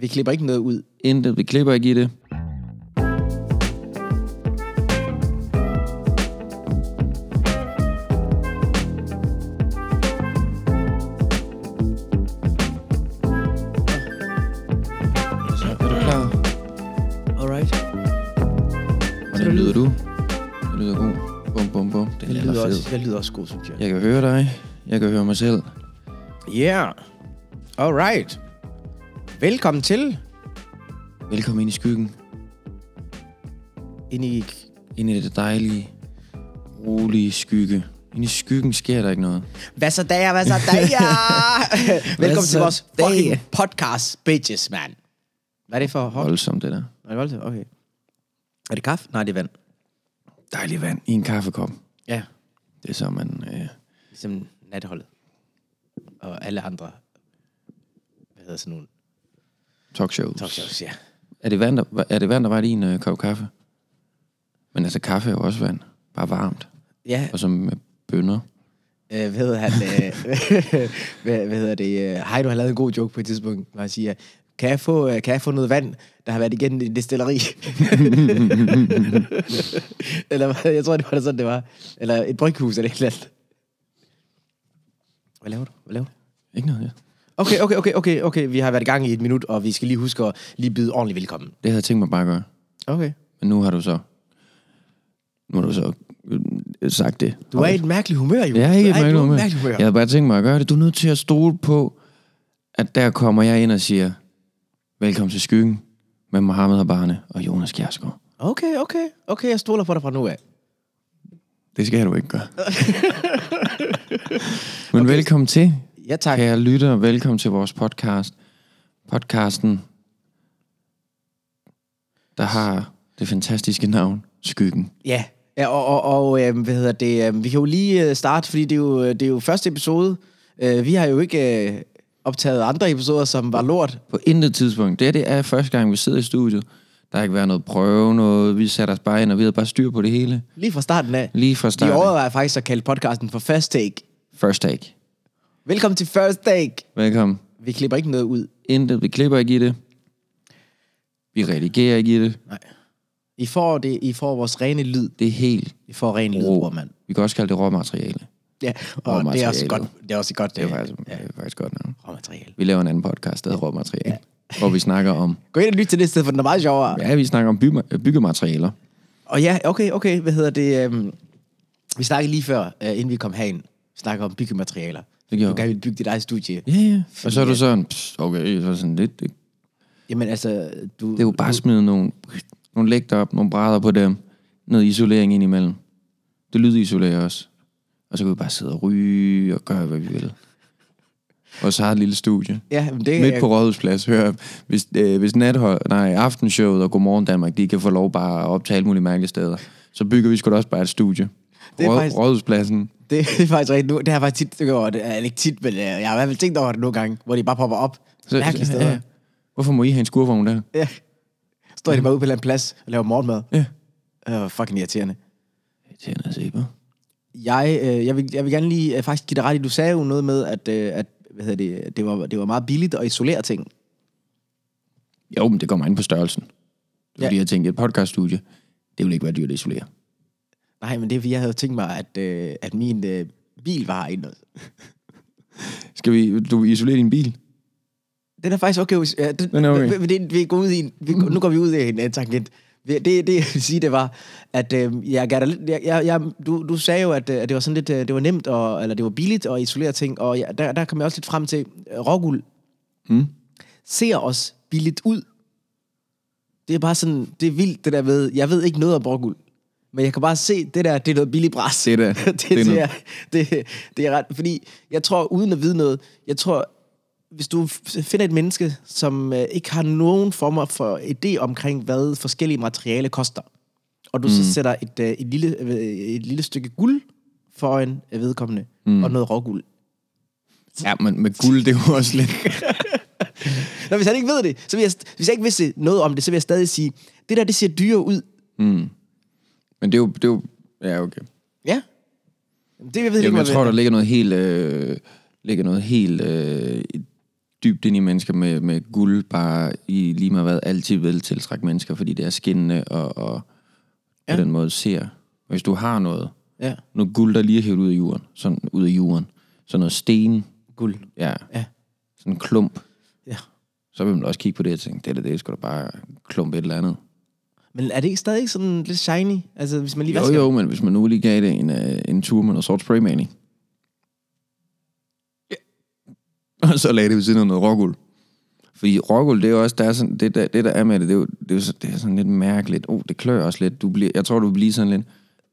Vi klipper ikke noget ud. Intet, vi klipper ikke i det. Så er du klar? Alright. Hvordan lyder du? Det lyder god. Bum, bum, bum. Den Jeg er lyder, fed. også, jeg lyder også god, synes jeg. Jeg kan høre dig. Jeg kan høre mig selv. Yeah. Alright. Velkommen til. Velkommen ind i skyggen. Ind i... Ind i det dejlige, rolige skygge. Ind i skyggen sker der ikke noget. Hvad så der, hvad så der? Velkommen til så vores der? fucking podcast, bitches, man. Hvad er det for hold? Voldsomt det der. Er det voldsomt? Okay. Er det kaffe? Nej, det er vand. Dejlig vand i en kaffekop. Ja. Det er så, man... Øh, Ligesom natholdet. Og alle andre... Hvad hedder sådan nogle talkshows. talkshows, ja. Er det vand, der, er det vand, der var i en øh, kop kaffe? Men altså, kaffe er jo også vand. Bare varmt. Ja, Og som med bønner. Øh, hvad hedder han? Øh, hvad, hvad hedder det? Øh, Heino har lavet en god joke på et tidspunkt, hvor han siger, kan jeg, få, øh, kan jeg få noget vand, der har været igennem en destilleri? eller hvad? jeg tror, det var det sådan, det var. Eller et bryghus eller et eller andet. Hvad laver du? Hvad laver du? Ikke noget, ja. Okay, okay, okay, okay, okay. Vi har været i gang i et minut, og vi skal lige huske at lige byde ordentligt velkommen. Det havde jeg tænkt mig bare at gøre. Okay. Men nu har du så... Nu har du så øh, sagt det. Du er i et mærkeligt humør, jo. Jeg er ikke et du er i mærkeligt humør. mærkeligt humør. Jeg havde bare tænkt mig at gøre det. Du er nødt til at stole på, at der kommer jeg ind og siger, velkommen til Skyggen med Mohammed Habane og Jonas Kjærsgaard. Okay, okay, okay. Jeg stoler på dig fra nu af. Det skal du ikke gøre. Men okay. velkommen til. Ja, tak. Kære lytter, velkommen til vores podcast. Podcasten, der har det fantastiske navn, Skyggen. Ja, ja og, og, og øhm, hvad hedder det, øhm, vi kan jo lige øh, starte, fordi det er jo, det er jo første episode. Øh, vi har jo ikke øh, optaget andre episoder, som var lort. På intet tidspunkt. Det her det er første gang, vi sidder i studiet. Der har ikke været noget prøve, noget. Vi satte os bare ind, og vi havde bare styr på det hele. Lige fra starten af. Lige fra De starten. overvejer faktisk at kalde podcasten for First Take. First take. Velkommen til First Take. Velkommen. Vi klipper ikke noget ud. Intet. Vi klipper ikke i det. Vi redigerer ikke i det. I får, det, I får vores rene lyd. Det er helt I får ren lyd, rå. bror, mand. Vi kan også kalde det råmateriale. Ja, Og og det er også materialet. godt. Det er også godt, Det er faktisk, ja, det er faktisk godt navn. råmateriale. Vi laver en anden podcast, der hedder Råmateriale. Ja. Hvor vi snakker om Gå ind og lyt til det sted, for den er meget sjovere. Ja, vi snakker om byma- byggematerialer. Og ja, okay, okay, hvad hedder det? Øhm, vi snakkede lige før, øh, inden vi kom herind, vi snakkede om byggematerialer. Det gjorde Du vi. gerne ville bygge dit eget studie. Ja, ja. Og så er du sådan, "Pst, okay, så er sådan lidt. Det, Jamen altså, du... det er jo bare at smide nogle, nogle lægter op, nogle brædder på dem, noget isolering ind imellem. Det lydisolerer også. Og så kan vi bare sidde og ryge og gøre, hvad vi vil. Og så har et lille studie. Ja, men det Midt på Rådhusplads, hør, hvis, øh, hvis nathold, nej, aftenshowet og Godmorgen Danmark, de kan få lov bare at optage alle mulige mærkelige steder, så bygger vi sgu da også bare et studie. Det er Rå- faktisk- Rådhuspladsen. det, er faktisk rigtigt nu. Det har jeg faktisk tit tænkt over det. Eller ikke tit, men øh, jeg har i hvert fald tænkt over det nogle gange, hvor de bare popper op. Så, Mærkelige steder. Ja. Hvorfor må I have en skurvogn der? ja. Står de bare ude på en eller anden plads og laver morgenmad. Ja. Det var fucking irriterende. Irriterende at se på. Jeg, øh, jeg, vil, jeg vil gerne lige øh, faktisk give dig ret i, du sagde jo noget med, at, øh, at hvad hedder det, det, var, det var meget billigt at isolere ting. Jo, men det kommer ind på størrelsen. Det er Ja. ja. fordi, jeg tænkte, et podcaststudie, det vil ikke være dyrt at isolere. Nej, men det er fordi, jeg havde tænkt mig, at, øh, at min øh, bil var herinde. Skal vi, du vil isolere din bil? Den er faktisk okay. hvis- Ja, den, Den er okay. Men, men det, vi går ud i, en- vi, går- nu går vi ud i en, en tangent. Vi- Det, det, jeg vil sige, det var, at øh, jeg, gav dig lidt, jeg, jeg, jeg, du, du sagde jo, at, øh, at det var sådan lidt, øh, det var nemt, og, eller det var billigt at isolere ting, og jeg, der, der kom jeg også lidt frem til, øh, råguld Mm. ser også billigt ud. Det er bare sådan, det er vildt det der med, jeg ved ikke noget om råguld, men jeg kan bare se, det der, det er noget billigt bræs. Det der, det, det, det er det, noget. er, det, det er ret, fordi jeg tror, uden at vide noget, jeg tror, hvis du f- finder et menneske, som øh, ikke har nogen form for idé omkring, hvad forskellige materialer koster, og du mm. så sætter et, øh, et, lille, øh, et lille stykke guld foran øh, vedkommende, mm. og noget råguld. Ja, men med guld, det er jo også lidt... Nå, hvis han ikke ved det, så vil jeg, st- hvis jeg ikke vidste noget om det, så vil jeg stadig sige, det der, det ser dyrere ud. Men det er jo... Det er jo ja, okay. Ja. Det, jeg ved ikke, Jamen, jeg hvad- tror, der ligger noget helt... Øh, ligger noget helt øh, dybt ind i mennesker med, med guld, bare i lige meget hvad, altid vil tiltrække mennesker, fordi det er skinnende og, og ja. på den måde ser. Hvis du har noget, Ja. noget guld, der lige er hævet ud af jorden, sådan ud af jorden, sådan noget sten, Guld. ja, Ja. sådan en klump, ja. så vil man også kigge på det og tænke, det er det, det er sgu da bare en klump et eller andet. Men er det ikke stadig sådan lidt shiny? Altså, hvis man lige Jo, vasker jo, men hvis man nu lige gav det en, øh, en tur med noget sort spraymaling. Ja. Og så lagde det ved siden af noget rågul. Fordi rågul, det er jo også, der er sådan, det, der, det der er med det, det er jo, det er, jo så- det er sådan lidt mærkeligt. Oh, det klør også lidt. Du bliver, jeg tror, du bliver sådan lidt,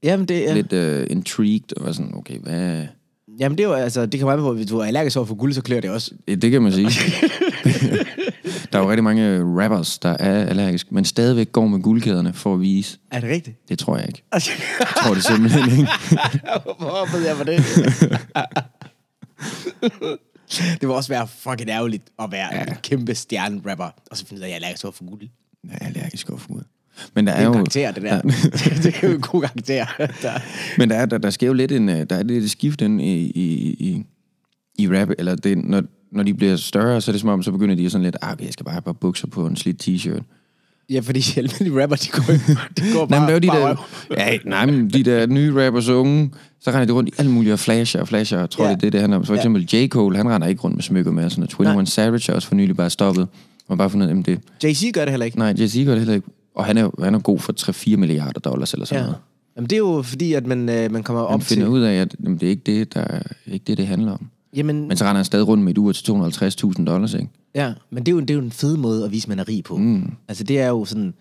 Jamen, det ja. er... lidt øh, intrigued, og er sådan, okay, hvad... Jamen, det er jo, altså, det kommer an på, hvis du er allergisk over for guld, så klør det også. Ja, det kan man sige. der er jo rigtig mange øh, rappers, der er allergisk, men stadigvæk går med guldkæderne for at vise. Er det rigtigt? Det tror jeg ikke. Jeg tror det simpelthen ikke. Hvorfor ved Altså, jeg på det? det må også være fucking ærgerligt at være ja. en kæmpe stjernerapper, og så finde ud af, at jeg er allergisk over for guld. Det Jeg er allergisk over for guld. Men der er, er jo jo... en karakter, det der. det er jo en god karakter. Der. Men der, er, der, der sker jo lidt en, øh, der er lidt et skift ind i, i, i, i rap, eller det, når, når de bliver større, så er det som om, så begynder de sådan lidt, ah, okay, jeg skal bare have et par bukser på og en slidt t-shirt. Ja, fordi almindelige rapper, de går, de går bare... Nej, men det er jo de bare der, røv. ja, nej, men de der nye rappers og unge, så render de rundt i alle mulige og flasher og flasher, og jeg tror, Ja. ja. det er det, det handler om. For Ja. eksempel J. Cole, han render ikke rundt med smykker med, og sådan, og 21 Nej. Savage er også for nylig bare stoppet. Man bare fundet, ud af, jamen det, Jay-Z gør det heller ikke. nej, Jay-Z gør det heller ikke. Og han er, jo- han er god for 3-4 milliarder dollars eller sådan Ja. ja. noget. Jamen, det er jo fordi, at man, øh, man kommer op Han til... finder ud af, at jamen, det er ikke det, der, ikke det, det handler om. Jamen, Men så render han stadig rundt med et ur til 250.000 dollars, ikke? Ja, men det er jo, det er jo en fed måde at vise, at man er rig på. Mm. Altså det er jo sådan,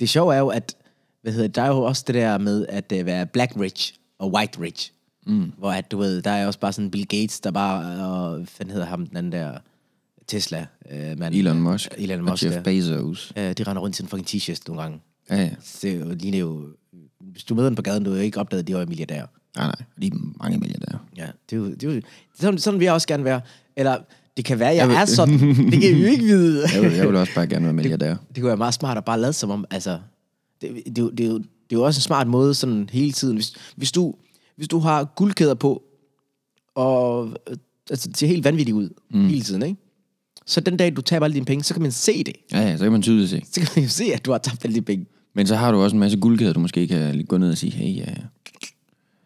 det sjove er jo, at hvad hedder, det, der er jo også det der med at uh, være black rich og white rich. Mm. Hvor at, du ved, der er også bare sådan Bill Gates, der bare, og hvad fanden hedder ham, den anden der Tesla. Øh, man, Elon Musk. Elon og Musk, Jeff ja. Bezos. Øh, de render rundt i sådan en fucking t-shirt nogle gange. Ja, ja. Så det er jo- ligner jo, hvis du møder dem på gaden, du har jo ikke opdaget, at de var milliardærer. Nej, nej. De er mange milliardærer. Ja, det er jo, det er jo sådan, sådan vil jeg også gerne være. Eller det kan være, jeg, Jeg jeg vil- er sådan. Det kan vi jo ikke vide. Jeg vil, jeg vil også bare gerne være milliardær. Det kunne være meget smart at bare lade som om, altså, det, det, det, er jo- det, er jo- det er jo også en smart måde sådan hele tiden. Hvis, hvis, du, hvis du har guldkæder på, og øh, altså, det ser helt vanvittigt ud mm. hele tiden, ikke? Så den dag, du taber alle dine penge, så kan man se det. Ja, ja, så kan man tydeligt se. Så kan man jo se, at du har tabt alle dine penge. Men så har du også en masse guldkæder, du måske kan gå ned og sige, hey, ja, ja.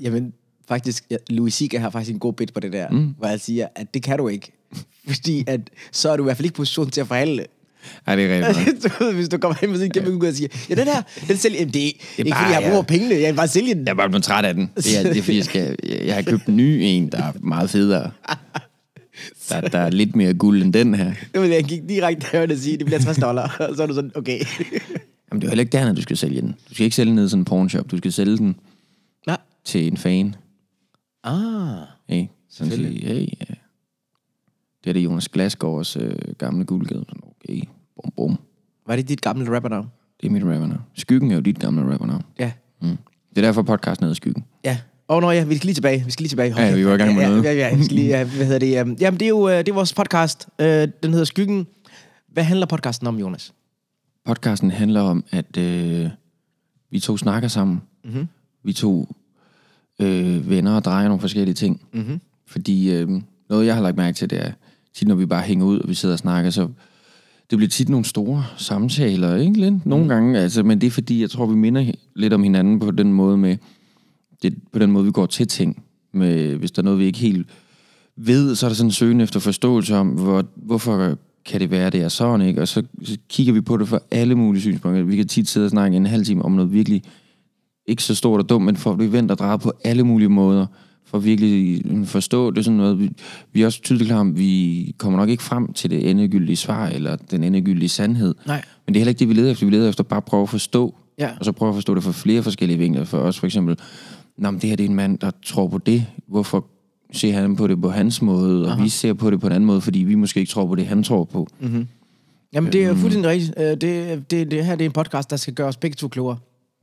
Jamen, faktisk, ja, Louis C.K. har faktisk en god bit på det der, mm. hvor jeg siger, at det kan du ikke. Fordi at, så er du i hvert fald ikke i position til at forhandle. Ej, det er rigtig meget. du ved, hvis du kommer hen med sådan en kæmpe guld og siger, ja, den her, den sælger, jamen, det er ikke, er ikke bare- fordi jeg ja. bruger pengene, jeg vil bare sælge den. Jeg er bare blevet træt af den. Det er, det er fordi, jeg, skal, jeg, jeg har købt en ny en, der er meget federe. Der, der er lidt mere guld end den her. Det vil jeg gik direkte derhen og sige, det bliver 60 dollar. Og så er du sådan, okay. Jamen, det er jo heller ikke dernede, du skal sælge den. Du skal ikke sælge den ned i sådan en pornshop. Du skal sælge den Nej. til en fan. Ah. Hey, sådan sige, hey, ja. Det er det Jonas Glasgaards øh, gamle guldgade. Sådan, Okay, bum bum. Var det dit gamle rappernavn? Det er mit rappernavn. Skyggen er jo dit gamle rappernavn. Ja. Mm. Det er derfor podcasten hedder Skyggen. Ja. Åh, oh, nå ja, vi skal lige tilbage. Vi skal lige tilbage. Ja, vi var i gang med ja, noget. Ja, ja, ja, vi skal lige, ja, hvad hedder det? øhm, Jamen, det er jo øh, det er vores podcast. Øh, Den hedder Skyggen. Hvad handler podcasten om, Jonas? Podcasten handler om, at øh, vi to snakker sammen. Mm-hmm. Vi to øh, venner og drejer nogle forskellige ting. Mm-hmm. Fordi øh, noget, jeg har lagt mærke til, det er tit, når vi bare hænger ud, og vi sidder og snakker, så det bliver tit nogle store samtaler, ikke lidt? Nogle gange, altså, men det er fordi, jeg tror, vi minder lidt om hinanden på den måde med, det, på den måde, vi går til ting. Med, hvis der er noget, vi ikke helt ved, så er der sådan en søgen efter forståelse om, hvor, hvorfor kan det være, det er sådan, ikke? Og så, så kigger vi på det fra alle mulige synspunkter. Vi kan tit sidde og snakke en halv time om noget virkelig ikke så stort og dumt, men for at blive vendt og drejet på alle mulige måder, for at virkelig forstå det sådan noget. Vi, vi er også tydeligt klar om, vi kommer nok ikke frem til det endegyldige svar, eller den endegyldige sandhed. Nej. Men det er heller ikke det, vi leder efter. Vi leder efter bare at prøve at forstå. Ja. Og så prøve at forstå det fra flere forskellige vinkler. For os for eksempel, Nå, men det her det er en mand, der tror på det. Hvorfor ser han på det på hans måde, og Aha. vi ser på det på en anden måde, fordi vi måske ikke tror på det, han tror på. Mm. Jamen, det er Øhm. fuldstændig rigtigt. Øh, Det, det, det her det er en podcast, der skal gøre os begge to klogere.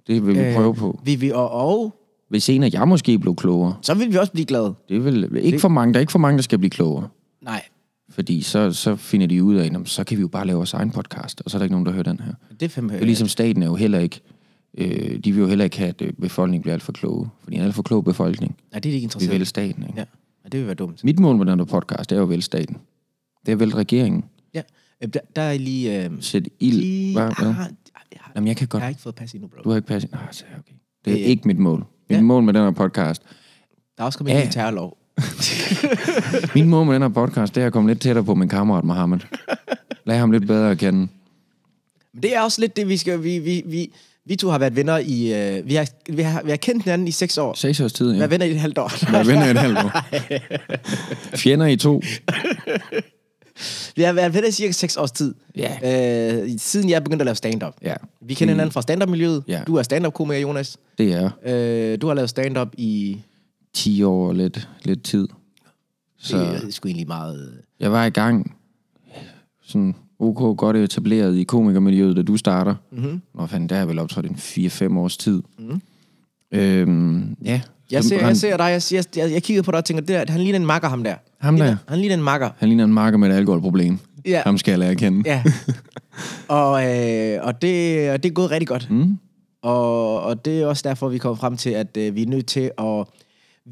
Det vil vi øh. prøve på. Vi, vi, og, og Hvis en af jer måske blev klogere, så vil vi også blive glade. det er vel ikke for mange, der er ikke for mange, der skal blive klogere. Nej, Fordi så, så finder de ud af, "Nå, men så kan vi jo bare lave vores egen podcast, og så er der ikke nogen, der hører den her. det er fandme... Det er ligesom staten er jo heller ikke, øh, de vil jo heller ikke have, at øh, befolkningen bliver alt for kloge. Fordi en alt for klog befolkning, øh, Nej, det er de ikke det interessant. vil staten, ikke? Ja, og det vil være dumt. Mit mål med den her podcast, det er jo at vælge staten. Det er vel regeringen. Ja. Øh, Der, der er lige... Øh, Sæt ild. lige Hvad, ah, hvad? jeg, har, Jamen, jeg kan godt... jeg har ikke fået pas endnu, bro. Du har ikke passet... Nej, så okay. Det er Ja, ja. ikke mit mål. Mit Ja. mål med den her podcast... Der er også kommet en Ja. ny terrorlov. Min mål med den her podcast, det er at komme lidt tættere på min kammerat Mohammed. Lad ham lidt bedre at kende. Men det er også lidt det, vi skal... Vi, vi, vi, vi to har været venner i... Øh, vi, har, vi, har, vi har kendt hinanden i seks år. Seks års tid, ja. Været venner i et halvt år. Hvad venner i et halvt år? Fjender i to. vi har været venner i cirka seks års tid. Øh, siden jeg begyndte at lave stand-up. Ja, Vi kender hinanden fra stand-up-miljøet. Mm. Ja. Du er stand-up-komiker, Jonas. det er Øh, du har lavet stand-up i... 10 år og lidt, lidt tid. Så Det er sgu egentlig meget... øh. jeg var i gang sådan ok godt etableret i komikermiljøet, da du starter. Mm-hmm. Nå fanden, der har jeg vel optrådt en 4-5 års tid. Mm-hmm. Øhm, ja. Jeg Så ser, han, jeg ser dig, jeg, jeg, jeg, jeg kigger på dig og tænker, der, han ligner en makker, ham der. Ham Han ligner- der? Han ligner en makker. han ligner en marker med et alkoholproblem. Ja. Ham skal jeg lære at kende. Ja. og, øh, og, det, og det er gået rigtig godt. Mm. Og, og det er også derfor, vi kommer frem til, at øh, vi er nødt til at...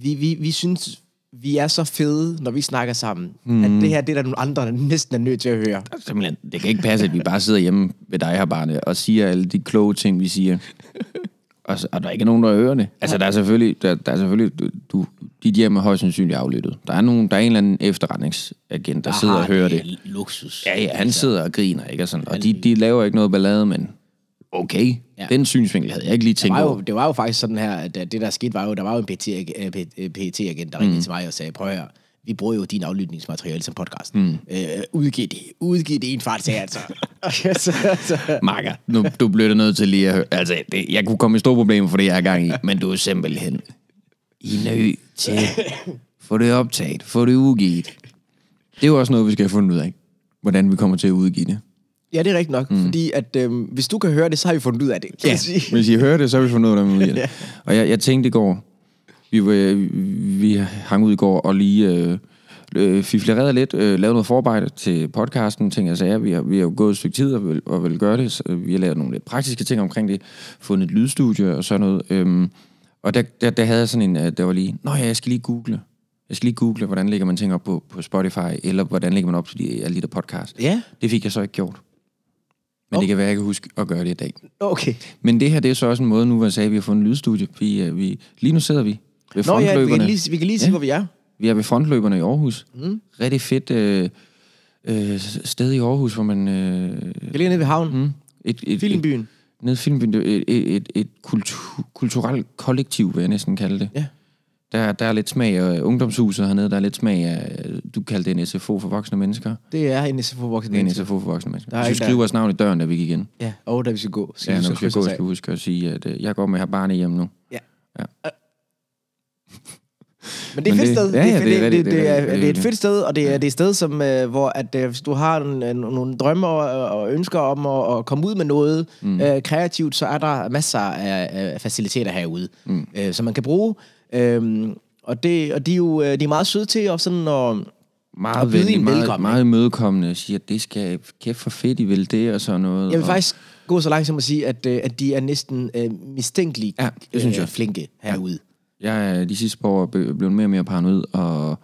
Vi, vi, vi synes, vi er så fede, når vi snakker sammen, mm. at det her, det er der nogle andre, der næsten er nødt til at høre. Simpelthen, det kan ikke passe, at vi bare sidder hjemme ved dig her, Barne, og siger alle de kloge ting, vi siger. Og, så, og der er ikke nogen, der hører det. Altså, der er selvfølgelig, der, der er selvfølgelig du, du, dit hjem er højst sandsynligt aflyttet. Der er, nogen, der er en eller anden efterretningsagent, der, der sidder og hører Ah, det. Luksus. Ja, ja, han sidder og griner, ikke? Og, sådan. og de, de laver ikke noget ballade, men okay. Ja. Den synsvinkel havde jeg ikke lige Det tænkt var, over. jo, det var jo faktisk sådan her, at øh, det der skete var jo, der var jo en øh, PET-agent, der ringede mm. til mig og sagde, prøv at høre, vi bruger jo din aflytningsmateriale som podcast. Mm. Øh, udgiv det. Udgiv det i en fart, sagde jeg altså. så, så, Marker, nu, du bliver da nødt til lige at høre. Altså, det, jeg kunne komme i store problemer for det, jeg er gang i, men du er simpelthen i nø til få det optaget, få det udgivet. Det er jo også noget, vi skal have fundet ud af, hvordan vi kommer til at udgive det. ja, det er rigtigt nok, mm. fordi at, øh, hvis du kan høre det, så har vi fundet ud af det. Kan man sige. Hvis I hører det, så har vi fundet ud af, hvordan vi udgiver det. Og jeg, jeg tænkte i går, vi, var- vi hang ud i går og lige øh, øh, fiflerede lidt, øh, lavede noget forarbejde til podcasten, ting jeg sagde. Vi har, vi har jo gået et stykke tid og vil, og vil gøre det. Så vi har lavet nogle lidt praktiske ting omkring det, fundet et lydstudie og sådan noget. Øhm, og der, der, der havde jeg sådan en, øh, der var lige, nå ja, jeg skal lige google. Jeg skal lige google, hvordan lægger man ting op på, på Spotify, eller hvordan lægger man op til de, alle de der podcast. Ja. Det fik jeg så ikke gjort. Men det kan være, jeg kan huske at gøre det i dag. Okay. Men det her, det er så også en måde nu, hvor jeg sagde, at vi har fået en lydstudie. Vi, øh, vi, lige nu sidder vi ved Nå ja, vi frontløberne. kan lige, vi kan lige sige, ja. hvor vi er. vi er ved frontløberne i Aarhus. Mm. Rigtig fedt øh, øh, sted i Aarhus, hvor man... Øh, Vi ligger nede ved havnen. Mm. et, et, Filmbyen. Et, nede i Filmbyen. det er Et, et, et kultur, kulturelt kollektiv, vil jeg næsten kalde det. Ja. Der, der er lidt smag af ungdomshuset hernede. Der er lidt smag af... øh, Du kaldte det en SFO for voksne mennesker. Det er en SFO voksen. Det er en SFO for voksne mennesker. Der er Hvis ikke du der- skriver vores navn i døren, da vi gik ind. Ja, og der vi skal gå. Skal Ja, vi når så vi skal krydse gå, os skal af? vi huske at sige, at øh, jeg går med her barne hjem nu. Ja. Ja. Men det er Men et fedt det- sted. ja, ja, det er fedt- rigtigt, det, det er det, rigtigt, er, det er det er et rigtigt. fedt sted, og det er, det er et sted, som, øh, hvor at, øh, hvis du har en, en, nogle drømme og, og ønsker om at, at komme ud med noget mm. øh, kreativt, så er der masser af, af faciliteter herude, mm. øh, som man kan bruge. Øhm, og, det, og de er jo øh, de er meget søde til og sådan og, og meget byde venlig, en meget, velkommen, meget imødekommende, siger, at det skal kæft for fedt, I vil det, og sådan noget. Jeg vil og, faktisk gå så langt som at sige, at, øh, at de er næsten øh, mistænkeligt Ja, det synes øh, jeg. flinke herude. Jeg er de sidste par år be- blevet mere og mere paranoid, og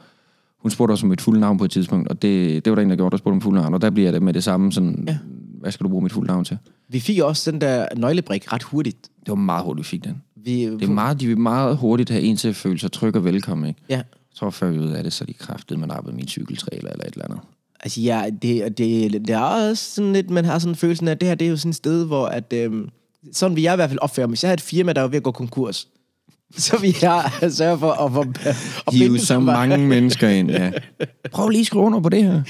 hun spurgte også om mit fulde navn på et tidspunkt, og det, det var der en, der gjorde, der spurgte om fulde navn, og der bliver det med det samme sådan, ja. hvad skal du bruge mit fulde navn til? Vi fik også den der nøglebrik ret hurtigt. Det var meget hurtigt, vi fik den. Vi, Det er meget, de vil meget hurtigt have en til at føle sig tryg og velkommen, ikke? Ja. Jeg tror, før vi ud af det, så er de kraftede, man har min cykeltræler eller et eller andet. Altså, ja, det, og det, det er også sådan lidt, man har sådan følelsen af, at det her, det er jo sådan et sted, hvor at, øhm, sådan vil jeg i hvert fald opføre mig. Hvis jeg havde et firma, der var ved at gå konkurs, så vil jeg sørge for at, for, at Hive binde så mig. mange mennesker ind, ja. Prøv lige at skrive under på det her.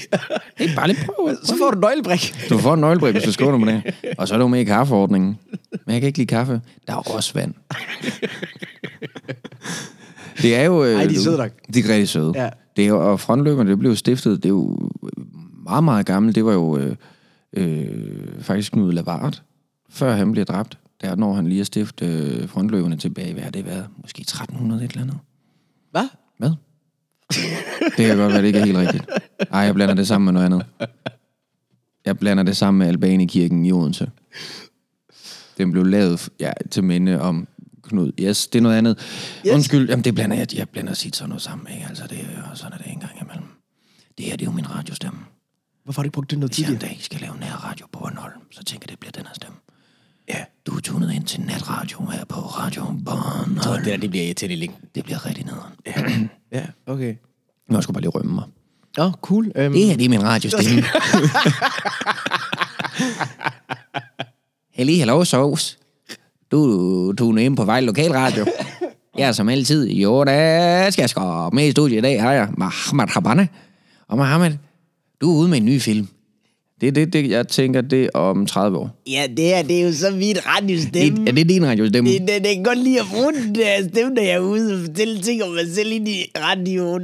Det er bare lidt prøv. prøv Så får du nøglebrik. Du får en nøglebrik, hvis du skriver på det. Og så er du med i kaffeordningen. Men jeg kan ikke lide kaffe. Der er også vand. Det er jo... øh, Ej, de er du- søde nok. De er rigtig søde. Ja. Det er jo, og frontløberne, det blev jo stiftet, det er jo øh, meget, meget gammelt. Det var jo øh, øh, faktisk Knud Lavard, før han blev dræbt. Der når han lige at stifte øh, frontløberne tilbage. Hvad har det været? Måske 1300 et eller andet. Hvad? Hvad? det kan godt være, det ikke er helt rigtigt. Ej, jeg blander det sammen med noget andet. Jeg blander det sammen med Albanekirken i Odense. Den blev lavet ja, til minde om Knud. Yes, det er noget andet. Yes. Undskyld, jamen det blander jeg. Jeg blander sit sådan noget sammen. Ikke? Altså, det er jo sådan, er det en gang imellem. Det her, det er jo min radiostemme. Hvorfor har du ikke brugt den noget Hvis jeg en tidligere? dag skal lave nærradio på Bornholm, så tænker jeg, det bliver den her stemme. Ja. Du er tunet ind til natradio her på Radio Bornholm. Det der, det bliver irriterende i længden. Det bliver rigtig nederen. Ja, okay. Nå, jeg skulle bare lige rømme mig. Åh, oh, cool. Um, Det her, det er min radiostemme. Hello, hello, sovs. Du tuner ind på Vejle Lokalradio. Jeg er som altid Jonas Skarsgård. Med i studiet i dag har jeg Mohammed Habana. Og Mohammed, du er ude med en ny film. Det er det, det, jeg tænker, det er om 30 år. ja, det er, det er jo så vidt radiostemme. Er, er det din radiostemme? Det, det, det kan godt lide at bruge den der stemme, der jeg er ude og fortælle ting om mig selv ind i radioen.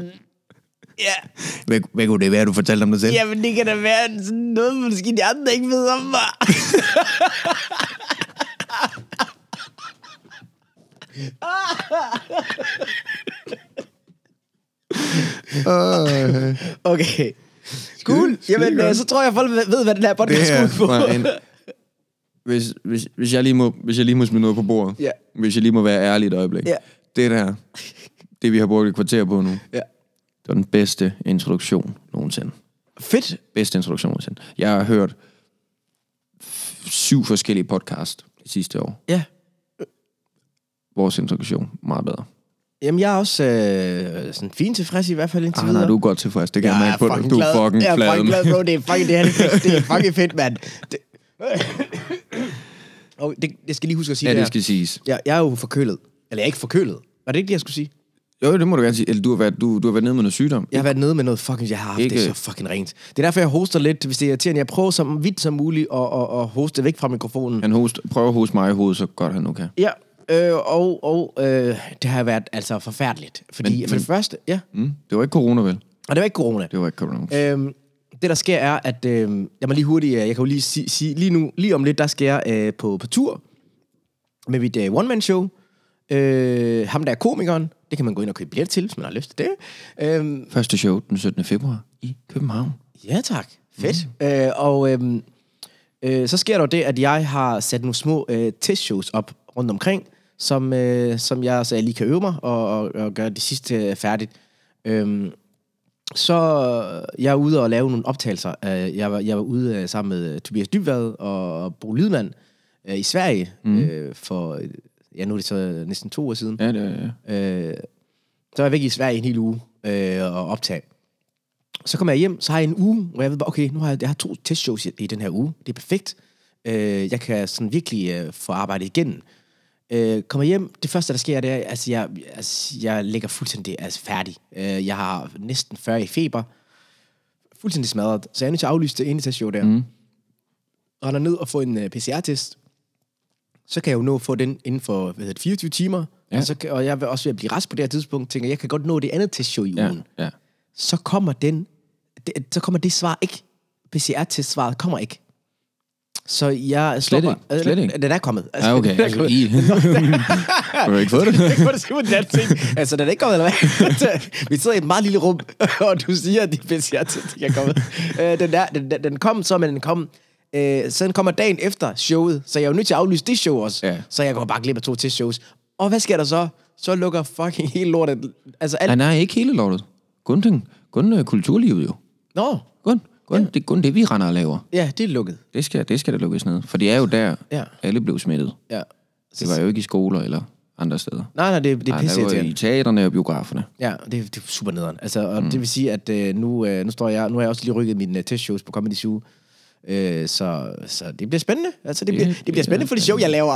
Ja, Hvad, hvad kunne det være, du fortalte om dig selv? jamen det kan da være sådan noget, måske de andre ikke ved om mig. Okay. Cool. Jamen, øh, så tror jeg, folk ved, hvad den her det podcast går her ud på. var en... Hvis, hvis, hvis, jeg lige må, hvis jeg lige må smide noget på bordet, Ja. hvis jeg lige må være ærlig et øjeblik, Ja. det der, det vi har brugt et kvarter på nu, Ja. det var den bedste introduktion nogensinde. Fedt. Bedste introduktion nogensinde. Jeg har hørt f- syv forskellige podcast det sidste år. Ja. Vores introduktion, meget bedre. Jamen, jeg er også øh, sådan fint tilfreds i hvert fald indtil Ah, nej, du er godt tilfreds, det kan jeg, Jeg mærke på dig. fucking Du glad. er fucking Jeg er flad. fucking glad, mand. bro. Det er fucking, det er, det fedt. det er fucking fedt, mand. Det... Og det, jeg skal lige huske at sige Ja, det, det her. skal siges. Jeg, jeg er jo forkølet. Eller jeg er ikke forkølet. Var det ikke det, jeg skulle sige? Jo, det må du gerne sige. Eller du har været, du, du har været nede med noget sygdom. Jeg har været nede med noget fucking... Jeg har haft ikke. det Ikke- så fucking rent. Det er derfor, jeg hoster lidt, hvis det er irriterende. Jeg prøver så vidt som muligt at, at, at hoste væk fra mikrofonen. Han host, prøver at hoste mig i hovedet, så godt han nu kan. Ja, øh, og, og øh, det har været altså forfærdeligt. Fordi men, for det første... Ja, Mm. Det var ikke corona, vel? og det var ikke corona. Det var ikke corona. Øh, Øhm, det, der sker, er, at... Øh, jeg må lige hurtigt... øh, Jeg kan jo lige sige... sige lige, nu, lige om lidt, der skal jeg øh, på, på tur med mit øh, one-man-show. Øh, ham, der er komikeren. Det kan man gå ind og købe billet til, hvis man har lyst til det. Øhm, Første show den 17. februar i København. ja, tak. Fedt. Mm. Øh, og øhm, øh, så sker der jo det, at jeg har sat nogle små øh, testshows op rundt omkring, som, øh, som jeg, så jeg lige kan øve mig og, og, og gøre det sidste øh, færdigt. Øhm, så øh, jeg er ude og lave nogle optagelser. Øh, jeg, var, jeg var ude øh, sammen med øh, Tobias Dybvad og, og Bo Lydman øh, i Sverige mm. øh, for, øh, ja nu er det så næsten to år siden. Ja, det er ja. Øh, så var jeg væk i Sverige en hel uge øh, og optage. Så kommer jeg hjem, så har jeg en uge, hvor jeg ved bare, okay, nu har jeg, jeg har to testshows i, i den her uge. Det er perfekt. Øh, jeg kan sådan virkelig øh, få arbejdet igennem. Øh, kommer hjem, det første, der sker, det er, altså, jeg, altså, jeg ligger fuldstændig altså, færdig. Øh, jeg har næsten 40 i feber. Fuldstændig smadret. Så jeg er nødt til at aflyse det ene testshow der. Mm. Render ned og får en øh, PCR-test så kan jeg jo nå at få den inden for hvad hedder det, 24 timer. Ja. Ja. Og, så, kan- og jeg vil også ved at blive rask på det her tidspunkt, tænker, jeg kan godt nå det andet testshow i ja, ugen. ja. Så kommer, den, det, så kommer det svar ikke. PCR-testsvaret kommer ikke. Så jeg Slet stopper- ikke? Slet Øh, ikke? Den er kommet. Ja, okay. den er Altså, kommet. I... Har du ikke fået det? Jeg kan godt se, hvordan jeg tænker. Altså, den er ikke kommet, eller hvad? Vi sidder i et meget lille rum, og du siger, at din PCR-test ikke er kommet. Øh, den, der, den, den- den kom så, men den kom... Øh, så den kommer dagen efter showet, så jeg er jo nødt til at aflyse det show også. Ja. Så jeg går bare glip af to til shows. Og hvad sker der så? Så lukker fucking hele lortet... Altså alt... Nej, nej, ikke hele lortet. Kun, den, kun øh, kulturlivet jo. Nå, Kun, kun, ja. det er kun det, vi render og laver. ja, det er lukket. Det skal, det skal der lukkes ned. For det er jo der, Ja. ja. alle blev smittet. Ja. Det var jo ikke i skoler eller andre steder. Nej, nej, det, det er Nej, det var pisse i teaterne og biograferne. Ja, det, det er super nederen. Altså, og mm. det vil sige, at øh, nu, øh, nu, står jeg, nu har jeg også lige rykket mine øh, testshows på Comedy Zoo. Øh, så, så det bliver spændende. Altså, det, bliver, det bliver bliver spændende for det show, jeg laver.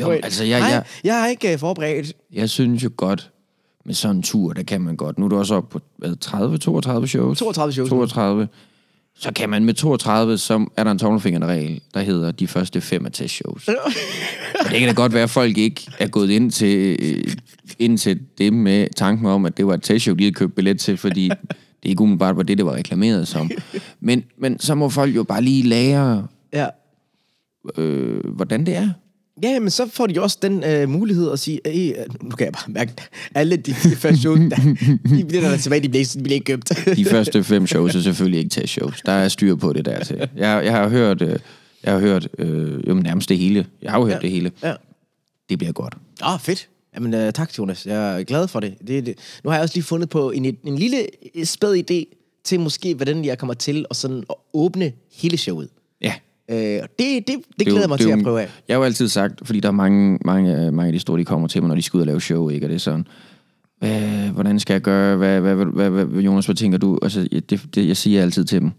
Jo, altså, jeg- Nej, jeg- jeg er ikke øh, forberedt. Jeg synes jo godt, med sådan en tur, der kan man godt. Nu er du også oppe på hvad, 30, 32 shows. 32 shows. 32. Så kan man med 32, så er der en tommelfingerregel, der hedder de første fem af testshows. Og det kan da godt være, at folk ikke er gået ind til, øh, ind til det med tanken om, at det var et testshow, de havde købt billet til, fordi det ikke umiddelbart var det, det var reklameret som. Men, men så må folk jo bare lige lære, Ja. øh, hvordan det er. Ja, men så får de også den øh, mulighed at sige, "Ey, øh, nu kan jeg bare mærke, alle de første shows, der, de bliver der tilbage, de bliver, ikke- de bliver ikke købt. De første fem shows er selvfølgelig ikke testshows. Der er styr på det der til. Jeg, jeg har hørt, øh, jeg har hørt øh, jo, men nærmest det hele. Jeg har jo hørt ja. det hele. ja. Det bliver godt. Åh, oh, fedt. Jamen, øh, tak, Jonas. Jeg er glad for det. Det, er det. Nu har jeg også lige fundet på en, en lille øh, spæd idé til måske, hvordan jeg kommer til at, sådan, at åbne hele showet. Ja. Øh, og det, det, det, det er jo- glæder jeg mig det er til jo- at prøve af. Jeg har jo altid sagt, fordi der er mange, mange, øh, mange af de store, de kommer til mig, når de skal ud og lave show, ikke? Og det er sådan, "Hvad- hvordan skal jeg gøre? Hvad, hvad, hvad, hvad, hvad Jonas, hvad tænker du? Altså, jeg- det, det, jeg siger altid til dem,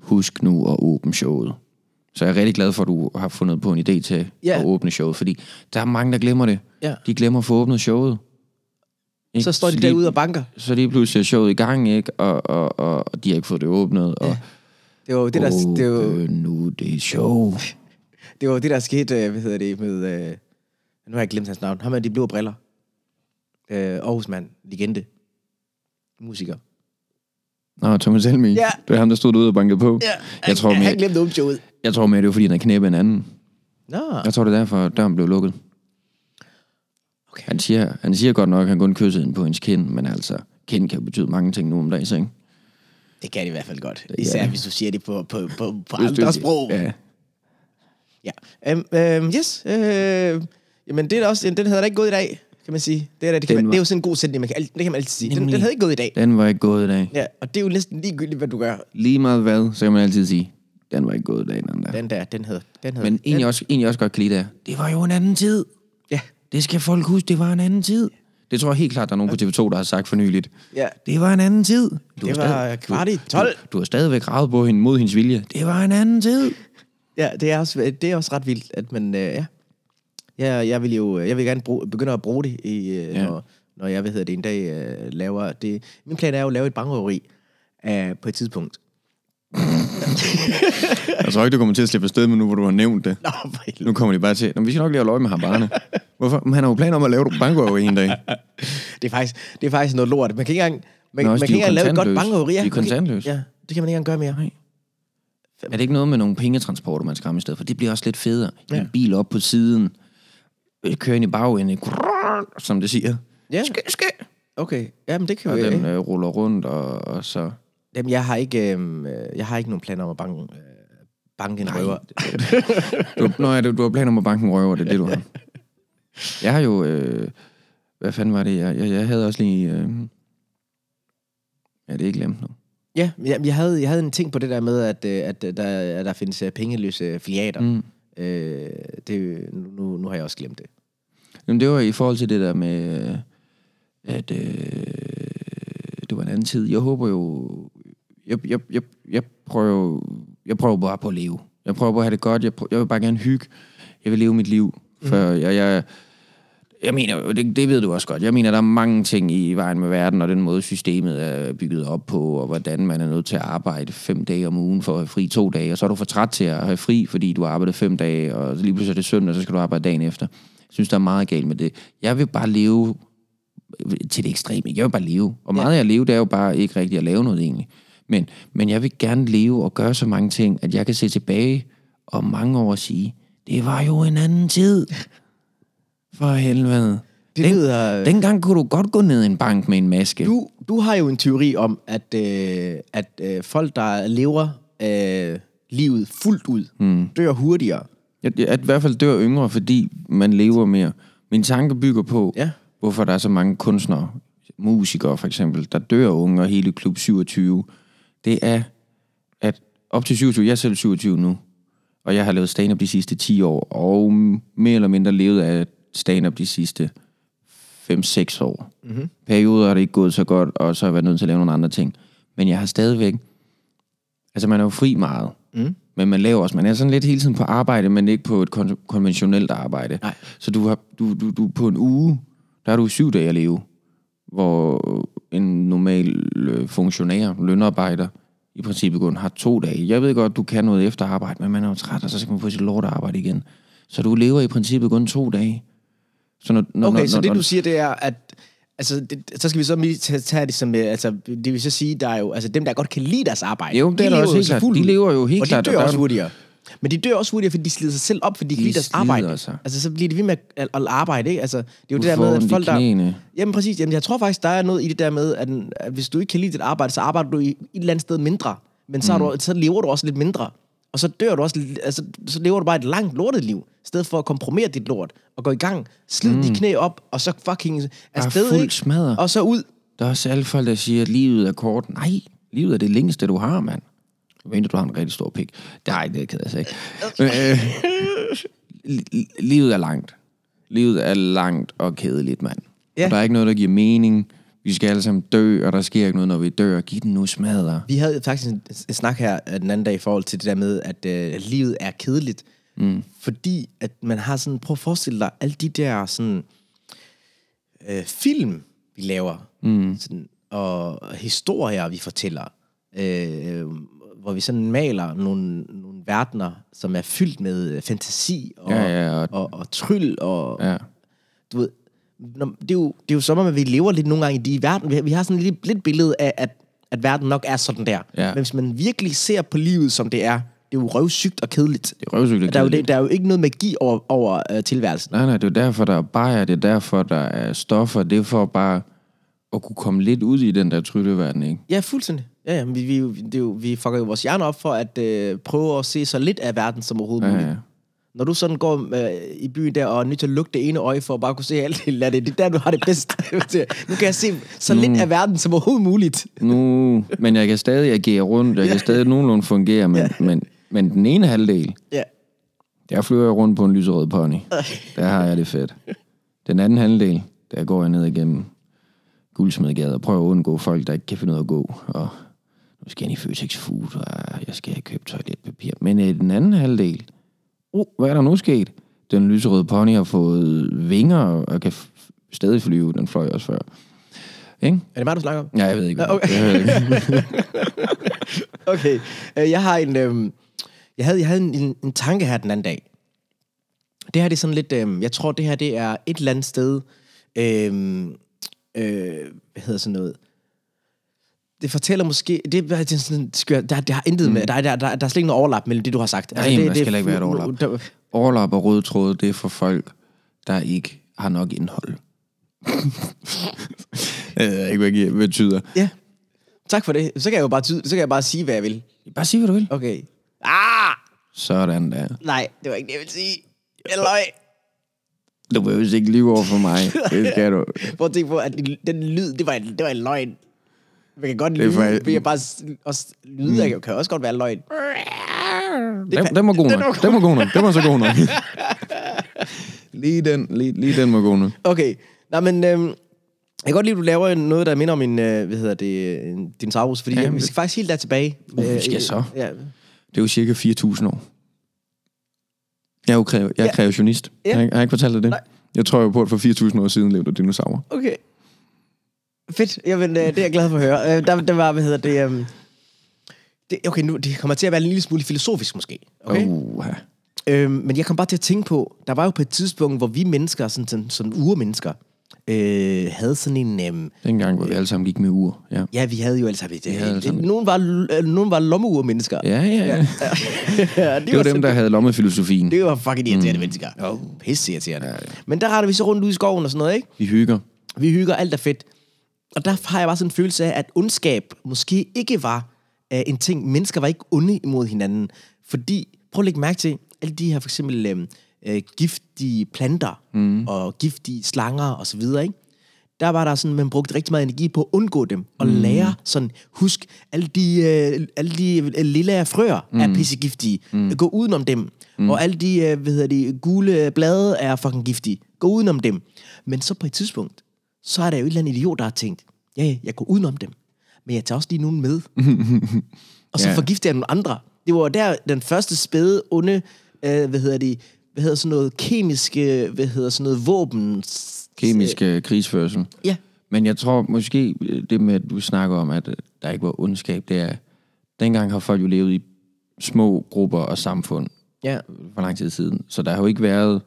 husk nu at åbne showet. Så jeg er rigtig glad for, at du har fundet på en idé til Ja. at åbne showet, fordi der er mange, der glemmer det. Ja. De glemmer at få åbnet showet. Ikke? Så står de lige- derude og banker. Så lige pludselig er showet i gang, ikke? Og, og, og, og de har ikke fået det åbnet. Og, Det var jo det, der, det var, jo- "Åbn nu det er show. det, var jo det, der skete, øh, hvad hedder det, med... Øh, nu har jeg glemt hans navn. Ham med de blå briller. Øh, Aarhusmand. Legende. Musiker. Nå, Thomas Helmi. Ja. Det var ham, der stod derude og bankede på. jeg, tror, han, han mere, glemte at åbne showet. jeg tror mere, det var, fordi han havde knæppet en anden. Nå, Jeg tror, det er derfor, at døren blev lukket. okay. Han siger, han siger godt nok, at han kun kyssede hende på hendes kind, men altså, kind kan jo betyde mange ting nu om dagen, ikke? Det kan det i hvert fald godt. Især Især hvis du siger det på, på, på, på Hvis du- andre sprog. Ja. Ja. Um, um, yes. Uh, jamen, det er da også, den havde da ikke gået i dag, kan man sige. Det er, da, det, kan Den man, var- det er jo sådan en god sætning, man kan, alt- det kan man altid sige. Den, Nemlig. den havde ikke gået i dag. Den var ikke gået i dag. Ja, og det er jo næsten ligegyldigt, hvad du gør. Lige meget hvad, så kan man altid sige, den var ikke gået i dag, den der. Den der, den havde. Den havde Men den, egentlig også, egentlig også godt kan lide det. er, Det var jo en anden tid. Ja. Det skal folk huske, det var en anden tid. Det tror jeg helt klart, der er nogen på TV2, der har sagt for nyligt. Ja. Det var en anden tid. Du har Det stadig- var kvart i Du, 12. du har stadigvæk ravet på hende mod hendes vilje. Det var en anden tid. Ja, det er også, det er også ret vildt, at man, øh, ja. ja. Jeg vil jo, øh, jeg vil gerne bruge, begynde at bruge det, i, øh, Ja. ja. når, når jeg, hvad hedder det, en dag øh, laver det. Min plan er jo at lave et bankrøveri øh, på et tidspunkt. Jeg tror ikke, du kommer til at slippe afsted med nu, hvor du har nævnt det. Nå, for helvede. Nu kommer de bare til, "Nå, men vi skal nok lige have lov med ham barne. Hvorfor? Men han har jo planer om at lave et bankrøveri en dag. Det er faktisk, det er faktisk noget lort. Man kan ikke engang, man, Nå, Nå, også man de kan er ikke engang lave et godt kontantløse. bankrøveri. De er Man kan ikke- kontantløse. Ja, det kan man ikke engang gøre mere. Nej. Er det ikke noget med nogle pengetransporter, man skal ramme i stedet for? Det bliver også lidt federe. Ja. En bil op på siden. Øh, Kører ind i bagenden. Grrrr, Som det siger. Ja. Ske, ske. Okay, jamen det kan Og vi den den, øh, ruller rundt, og, og så... Jamen, jeg har ikke, øhm, øh, jeg har ikke nogen planer om at banke, øh, banke en røver. Du, nå, ja, du, du har planer om at banke en røver, det er det, du har. Jeg har jo... Øh, hvad fanden var det? Jeg, jeg, jeg havde også lige... Øh, ja, det er ikke glemt nu. Ja, men jeg, jeg, havde, jeg havde en ting på det der med, at, øh, at, øh, der, at der findes øh, pengeløse filiater. Mm. Øh, det, nu, nu har jeg også glemt det. Jamen, det var i forhold til det der med, øh, at øh, det var en anden tid. Jeg håber jo... Jeg, jeg, jeg, jeg, prøver, jeg prøver bare på at leve. Jeg prøver på at have det godt. Jeg, prøver, jeg vil bare gerne hygge. Jeg vil leve mit liv. For jeg, jeg, jeg mener, jo, det, det ved du også godt. Jeg mener, der er mange ting i vejen med verden, og den måde systemet er bygget op på, og hvordan man er nødt til at arbejde fem dage om ugen for at have fri to dage, og så er du for træt til at have fri, fordi du har arbejdet fem dage, og lige pludselig er det søndag, og så skal du arbejde dagen efter. Jeg synes, der er meget galt med det. Jeg vil bare leve til det ekstreme. Jeg vil bare leve. Og meget af at leve, det er jo bare ikke rigtigt at lave noget egentlig. Men, men jeg vil gerne leve og gøre så mange ting, at jeg kan se tilbage om mange år og sige, det var jo en anden tid. For helvede. Det Den- lyder- Dengang kunne du godt gå ned i en bank med en maske. Du, du har jo en teori om, at, øh, at øh, folk, der lever øh, livet fuldt ud, mm. dør hurtigere. Jeg, jeg, at i hvert fald dør yngre, fordi man lever mere. Min tanke bygger på, Ja. hvorfor der er så mange kunstnere, musikere for eksempel, der dør unge og hele klub 27. Det er, at op til 27, jeg er selv 27 nu, og jeg har lavet stand-up de sidste 10 år, og mere eller mindre levet af stand-up de sidste 5-6 år. Mm-hmm. Perioder har det ikke gået så godt, og så har jeg været nødt til at lave nogle andre ting. Men jeg har stadigvæk Altså, man er jo fri meget. Mm. Men man laver også. Man er sådan lidt hele tiden på arbejde, men ikke på et kon- konventionelt arbejde. Nej. Så du har, du, du, du, på en uge, der har du syv dage at leve. Hvor en normal øh, funktionær, lønarbejder, i princippet kun har to dage. Jeg ved godt, du kan noget efter arbejde, men man er jo træt, og så skal man på sit lort arbejde igen. Så du lever i princippet kun to dage. Så når, når, Okay, når, så når, det du siger, det er, at altså, det, så skal vi så lige tage, tage det som, øh, altså, det vil så sige, der er jo, altså dem, der godt kan lide deres arbejde, Jo, det de er der lever også jo helt så klart. fuldt De ud. lever jo helt og klart, de dør og der er også jo- hurtigere. Men de dør også hurtigere, fordi de slider sig selv op, fordi de, de kan lide deres slider arbejde. sig. Altså, så bliver de ved med at, at arbejde, ikke? Altså, det er jo Du det der får med, ondt i at folk der... knæene. Jamen præcis, jamen, jeg tror faktisk, der er noget i det der med, at, at hvis du ikke kan lide dit arbejde, så arbejder du i et eller andet sted mindre. Men så, mm. du, så lever du også lidt mindre. Og så dør du også, lidt- altså, så lever du bare et langt lortet liv, i stedet for at komprimere dit lort, og gå i gang, slid mm. de knæ op, og så fucking afsted, fuld ikke? smadder. og så ud. Der er også alle folk, der siger, at livet er kort. Nej, Livet er det længste, du har, mand. Jeg mener, du har en rigtig stor pik. Nej, det kan jeg sige. Øh, li- li- øh, livet er langt. Livet er langt og kedeligt, mand. Ja. Ja. Og der er ikke noget, der giver mening. Vi skal alle sammen dø, og der sker ikke noget, når vi dør. Giv den nu smadre. Vi havde faktisk en, en snak her øh, den anden dag i forhold til det der med, at øh, livet er kedeligt. Mm. Fordi at man har sådan, prøv at forestille dig, alle de der sådan, øh, film, vi laver, mm. sådan, og og historier, vi fortæller, øh, hvor vi sådan maler nogle, nogle verdener, som er fyldt med øh, fantasi og, Ja, ja, og, og- og, og tryl og, Ja. du ved, når, det, er jo, det er jo som om, at vi lever lidt nogle gange i de verden. Vi, har- vi har sådan et lidt, lidt billede af, at, at verden nok er sådan der. Ja. Men hvis man virkelig ser på livet, som det er, det er jo røvsygt og kedeligt. Det er røvsygt og Der er jo, det, kedeligt. der er jo ikke noget magi over, over øh, tilværelsen. Nej, nej, det er jo derfor, der er bajer, det er derfor, der er stoffer, det er for bare at kunne komme lidt ud i den der trylleverden, ikke? Ja, fuldstændig. Ja, ja, men vi, vi, er jo- det er jo, vi fucker jo vores hjerner op for at øh, prøve at se så lidt af verden som overhovedet Ja, muligt. ja. Når du sådan går øh, i byen der og er nødt til at lukke det ene øje for at bare kunne se alt det, lad det, det er der, du har det bedst. nu kan jeg se så lidt af verden som overhovedet muligt. Nu, men jeg kan stadig agere rundt, jeg kan stadig nogenlunde fungere, men, men, men den ene halvdel, Ja. der flyver jeg rundt på en lyserød pony. Der har jeg det fedt. Den anden halvdel, der går jeg ned igennem guldsmedgade og prøver at undgå folk, der ikke kan finde ud af at gå. Og nu skal jeg ind i Føtex Food, og jeg skal have købt toiletpapir. Men i den anden halvdel, uh, hvad er der nu sket? Den lyserøde pony har fået vinger og kan f- stadig flyve. Den fløj også før. Ikke? Er det mig, du snakker om? Ja, jeg ved ikke. Ja, okay. Det hører jeg ikke. Okay, øh, jeg har en... Øh, jeg havde, jeg havde en, en, en tanke her den anden dag. Det her det er sådan lidt... Øh, jeg tror, det her det er et eller andet sted... Øh, øh, hvad hedder sådan noget? Det fortæller måske... Det, er- det er sådan, skør, der, det har intet mm. med... Der, er- der, der, der er slet ikke noget overlap mellem det, du har sagt. Altså, Nej, men det, der det er skal ikke være et fu- overlap. Der, Overlap og røde tråde, det er for folk, der ikke har nok indhold. jeg ved ikke, hvad det betyder. ja. Tak for det. Så kan jeg jo bare, tyde, så kan jeg bare sige, hvad jeg vil. Bare sig, hvad du vil. Okay. Ah! Sådan der. Nej, det var ikke det, jeg ville sige. Jeg løg. Du behøver ikke lyve over for mig. Det skal du. Prøv at tænke på, at den lyd, det var en, det var en løgn. Man kan godt er lyde, faktisk- men jeg bare s- også, lyde mm. kan også godt være løgn. Den, den var god den var nok. Den var god nok. Den var så god nok. lige, den, lige, lige den var god nok. Okay, nej, men øhm, jeg kan godt lide, at du laver en- noget, der minder om en, øh, hvad hedder det, en dinosaurus, fordi Ja, ja, men vi det- skal faktisk helt der tilbage. Uh, vi Øh, skal øh, så. Ja, Det er jo cirka 4.000 år. Jeg er jo kræve, jeg er Ja. kreationist. Ja. Jeg har, ikke- har jeg ikke fortalt dig det? Nej. Jeg tror jo på, at for 4.000 år siden levede der dinosaurer. okay. Fedt, Jamen, øh, det er jeg glad for at høre. Øh, der, der var, hvad hedder det, øhm, det, okay, nu det kommer til at være en lille smule filosofisk måske. Okay? Uh, ja. Øhm, men jeg kom bare til at tænke på, der var jo på et tidspunkt, hvor vi mennesker, sådan, sådan, sådan urmennesker, øh, havde sådan en... Øhm, Dengang, hvor vi alle sammen gik med ur. Ja. ja, vi havde jo altså... Vi havde havde sådan- nogen, var, l- øh, nogen var lommeurmennesker. Ja, ja, ja. ja, det, Det var dem, der havde lommefilosofien. Det var fucking irriterende mm. mennesker. Oh. Pisse irriterende. Ja, ja. Men der retter vi så rundt ud i skoven og sådan noget, ikke? Vi hygger. Vi hygger, alt er fedt. Og der har jeg bare sådan en følelse af, at ondskab måske ikke var øh, en ting. Mennesker var ikke onde imod hinanden. Fordi, prøv at lægge mærke til, alle de her for eksempel øh, øh, giftige planter mm. og giftige slanger og så videre, ikke? Der var der sådan, man brugte rigtig meget energi på at undgå dem og mm. lære sådan, husk, alle de, øh, alle de øh, lille frøer mm. er pissegiftige. Mm. Gå udenom dem. Mm. Og alle de, øh, hvad hedder de, gule blade er fucking giftige. Gå udenom dem. Men så på et tidspunkt, så er der jo et eller andet idiot, der har tænkt, ja, ja, jeg går udenom dem, men jeg tager også lige nogen med. og så Ja. forgifter jeg nogle andre. Det var der den første spæde, onde, øh, hvad hedder det, hvad hedder sådan noget kemiske, hvad hedder sådan noget våben. Kemisk øh, krigsførsel. Ja, Men jeg tror måske, øh, det med, at du snakker om, at øh, der ikke var ondskab, det er, dengang har folk jo levet i små grupper og samfund ja, for lang tid siden. Så der har jo ikke været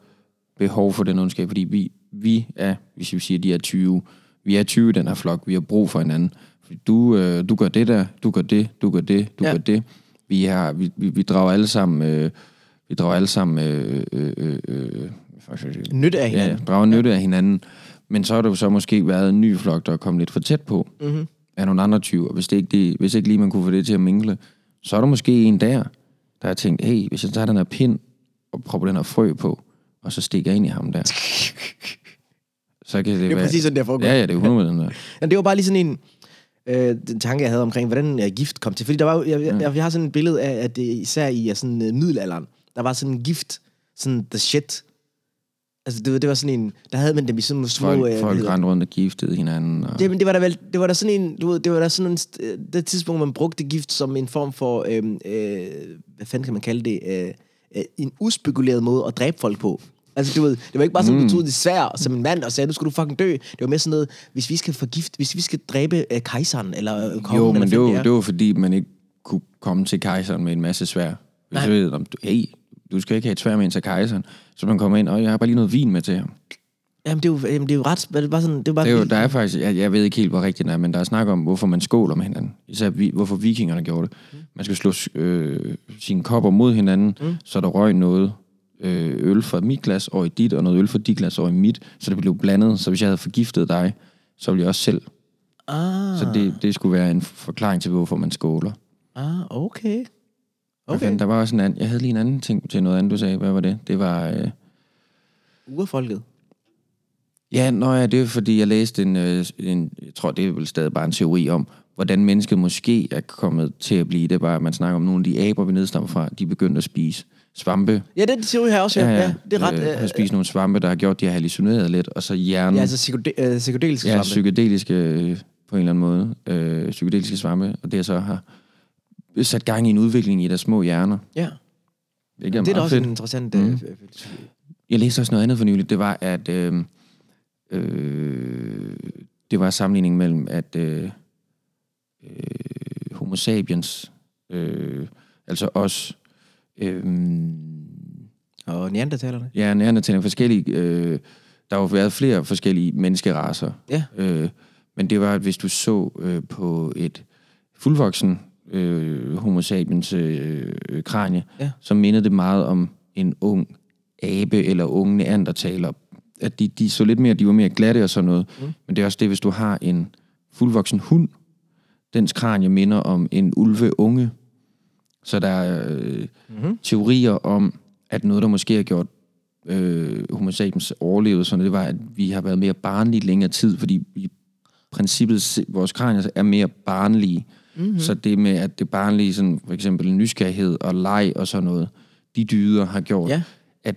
behov for den ondskab, fordi vi, vi er, hvis vi siger, de er 20, vi er 20 i den her flok, vi har brug for hinanden. Fordi Du, øh, du gør det der, du gør det, du gør det, du Ja. ja. gør det. Vi, har, vi, vi, vi drager alle sammen, øh, vi drager alle sammen, øh, øh, øh, øh, faktisk- nytte af ja, hinanden. drager nytte af hinanden. Men så har der jo så måske været en ny flok, der er kommet lidt for tæt på mm-hmm. af nogle andre tyver. Hvis, det ikke, det, hvis ikke lige man kunne få det til at mingle, så er der måske en der, der har tænkt, hey, hvis jeg tager den her pind og propper den her frø på, og så stikker jeg ind i ham der. Så kan det, det præcis sådan, det er foregået. Ja, ja, det er 100 den der. Men det var bare lige sådan en... øh, den tanke, jeg havde omkring, hvordan øh, gift kom til. Fordi der var, jo- jeg, jeg, jeg, jeg har sådan et billede af, at det især i øh, sådan, øh, middelalderen, der var sådan en gift, sådan the shit. Altså, det, var- det var sådan en... Der havde man dem i sådan nogle små... Folk, øh, folk billeder. rendte rundt og giftede hinanden. Og, Det, men det var da vel, det var da sådan en, du ved, det var da sådan en, st- øh, det tidspunkt, man brugte gift som en form for, øhm, øh, hvad fanden kan man kalde det, øh, øh, en uspekuleret måde at dræbe folk på. Altså, du ved, det var ikke bare sådan, mm. du tog det svær som en mand og sagde, nu skal du fucking dø. Det var mere sådan noget, hvis vi skal forgift, hvis vi skal dræbe øh, kejseren eller øh, kongen. jo, eller men det fanden var, er. det var fordi, man ikke kunne komme til kejseren med en masse svær. Hvis jeg ved, om, du- hey, du skal ikke have et svær med ind til kejseren. Så man kommer ind, og jeg har bare lige noget vin med til ham. Jamen, det er jo, jamen, det er jo ret, det er bare sådan, det er bare Det er jo, vildt. der er faktisk, jeg, jeg ved ikke helt, hvor rigtigt det er, men der er snak om, hvorfor man skåler med hinanden. Især vi, hvorfor vikingerne gjorde det. Man skal slå øh, sine kopper mod hinanden, mm. så der røg noget øh, øl fra mit glas over i dit, og noget øl fra dit glas over i mit, så det blev blandet. Så hvis jeg havde forgiftet dig, så ville jeg også selv. Ah, Så det, det skulle være en forklaring til, hvorfor man skåler. ah, okay. Okay. Okay, Fandt, der var også en anden, jeg havde lige en anden ting til noget andet, du sagde. Hvad var det? Det var... Øh, urfolket. Ja, nå ja, det er fordi, jeg læste en, øh, en, jeg tror, det er vel stadig bare en teori om, hvordan mennesket måske er kommet til at blive det, bare at man snakker om nogle af de aber, vi nedstammer fra, de begyndte at spise svampe. Ja, det teori her også, ja, ja, ja, det er ret... Øh, Øh, har spist nogle svampe, der har gjort, de har hallucineret lidt, og så hjernen, ja, ja, altså psykode- øh, psykedeliske ja ja, psykedeliske øh, på en eller anden måde, øh, psykedeliske svampe, og det så har sat gang i en udvikling i deres små hjerner. ja. Ikke? Det er da Meget også fedt. en interessant... Mm. Øh, øh, Jeg læste også noget andet for nylig. Det var, at øh, øh, det var sammenligningen mellem, at øh, øh, homo sapiens, øh, altså os, øh, Og neandertalerne. ja, nærende til forskellige, øh, der har jo været flere forskellige menneskeraser. Ja. Øh, men det var, at hvis du så øh, på et fuldvoksen øh, homo sapiens øh, øh, kranie, Ja. så mindede det meget om en ung abe eller unge neandertaler. At de, de så lidt mere, de var mere glatte og sådan noget. Mm. Men det er også det, hvis du har en fuldvoksen hund, dens kranie minder om en ulveunge. Så der er øh, Mhm. mm-hmm. teorier om, at noget, der måske har gjort øh, homo sapiens overlevede, sådan, det var, at vi har været mere barnlige længere tid, fordi i princippet, se- vores kranier er mere barnlige. Mhm. Mm-hmm. Så det med, at det barnlige, sådan, for eksempel nysgerrighed og leg og sådan noget, de dyder har gjort, Ja. at